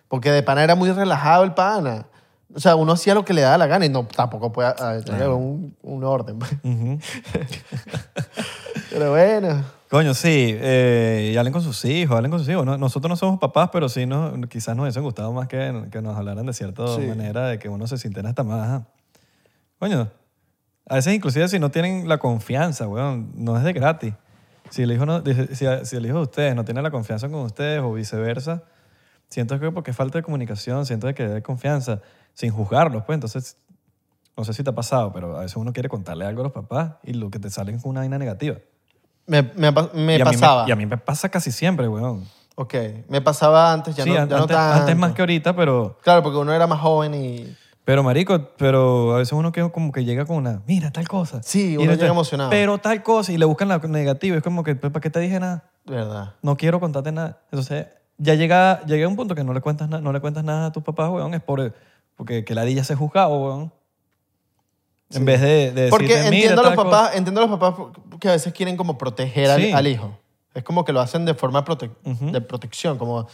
Speaker 1: Porque de pana era muy relajado el pana. O sea, uno hacía lo que le daba la gana y no, tampoco puede ah, tener un, un orden. pues.
Speaker 2: Ujú.
Speaker 1: [LAUGHS] Pero bueno,
Speaker 2: Coño, sí, eh, y hablen con sus hijos, hablen con sus hijos. No- nosotros no somos papás, pero sí nos, quizás nos hubiesen gustado más que, que nos hablaran de cierta
Speaker 1: Sí.
Speaker 2: manera, de que uno se sintiera hasta más... ajá. Coño, a veces inclusive si no tienen la confianza, weón, no es de gratis. Si el hijo, no, dice- si, si el hijo de ustedes no tiene la confianza con ustedes o viceversa, siento que porque es falta de comunicación, siento que hay confianza, sin juzgarlos, pues entonces, no sé si te ha pasado, pero a veces uno quiere contarle algo a los papás y lo que te salen es una vaina negativa.
Speaker 1: Me, me pa- me
Speaker 2: Y a mí
Speaker 1: pasaba.
Speaker 2: y a mí me pasa casi siempre, weón.
Speaker 1: Ok, me pasaba antes, ya
Speaker 2: sí,
Speaker 1: no, ya
Speaker 2: an-
Speaker 1: no
Speaker 2: antes,
Speaker 1: tanto.
Speaker 2: antes más que ahorita, pero,
Speaker 1: Claro, porque uno era más joven y...
Speaker 2: pero marico, pero a veces uno que, como que llega con una, mira, tal cosa.
Speaker 1: Sí,
Speaker 2: Y
Speaker 1: uno llega
Speaker 2: te-
Speaker 1: emocionado.
Speaker 2: Pero tal cosa, y le buscan la negativa, es como que, "Pues, ¿para qué te dije nada?
Speaker 1: ¿Verdad?
Speaker 2: no quiero contarte nada. Entonces, ya llega, llega un punto que no le cuentas, na- no le cuentas nada a tus papás, weón, es por, porque que la dilla se juzgado, weón. En vez de, de
Speaker 1: Porque
Speaker 2: decirte, "Mira,
Speaker 1: entiendo a, los
Speaker 2: tal cosa".
Speaker 1: papás, entiendo a los papás que a veces quieren como proteger al,
Speaker 2: Sí.
Speaker 1: al hijo. Es como que lo hacen de forma prote-
Speaker 2: Ujú.
Speaker 1: de protección, como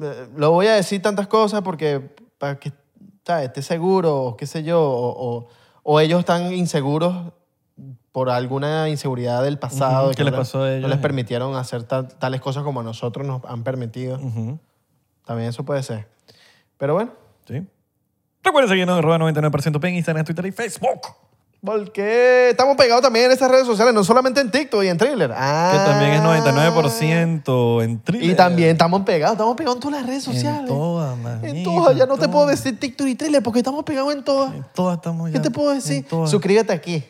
Speaker 1: eh, lo voy a decir tantas cosas porque para que ¿sabes? esté seguro o qué sé yo, o, o- o ellos están inseguros por alguna inseguridad del pasado.
Speaker 2: Ujú,
Speaker 1: de
Speaker 2: ¿qué les
Speaker 1: no
Speaker 2: pasó
Speaker 1: no
Speaker 2: a ellos?
Speaker 1: les permitieron hacer ta- tales cosas como a nosotros nos han permitido.
Speaker 2: Ujú,
Speaker 1: También eso puede ser. Pero bueno,
Speaker 2: Sí. Recuerden seguirnos en arroba 99% en Instagram, Twitter y Facebook.
Speaker 1: porque estamos pegados también en esas redes sociales, no solamente en TikTok y en Thriller.
Speaker 2: Que
Speaker 1: Ah.
Speaker 2: también es 99% en Thriller.
Speaker 1: Y también estamos pegados, estamos pegados en todas las redes
Speaker 2: en
Speaker 1: sociales.
Speaker 2: todas,
Speaker 1: En
Speaker 2: manito,
Speaker 1: todas, ya
Speaker 2: en
Speaker 1: no te
Speaker 2: todas.
Speaker 1: puedo decir TikTok y Thriller porque estamos pegados en todas.
Speaker 2: En todas estamos
Speaker 1: ¿Qué
Speaker 2: ya,
Speaker 1: te puedo
Speaker 2: en
Speaker 1: decir?
Speaker 2: todas.
Speaker 1: Suscríbete aquí.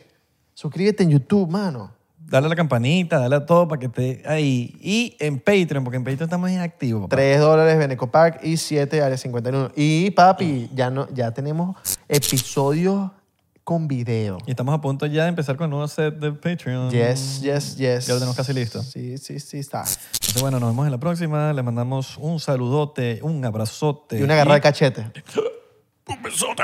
Speaker 1: Suscríbete en YouTube, mano.
Speaker 2: Dale a la campanita, dale a todo para que esté ahí. Y en Patreon, porque en Patreon estamos inactivos. papá.
Speaker 1: 3 dólares Benecopac y 7 Área 51. Y papi, ya, no, ya tenemos episodios con video.
Speaker 2: Y estamos a punto ya de empezar con el nuevo set de Patreon.
Speaker 1: Yes, yes, yes.
Speaker 2: Mm. Ya lo tenemos casi listo.
Speaker 1: Sí, sí, sí, está.
Speaker 2: Entonces, bueno, nos vemos en la próxima. Les mandamos un saludote, un abrazote.
Speaker 1: Y una agarrada de cachete.
Speaker 2: Un besote.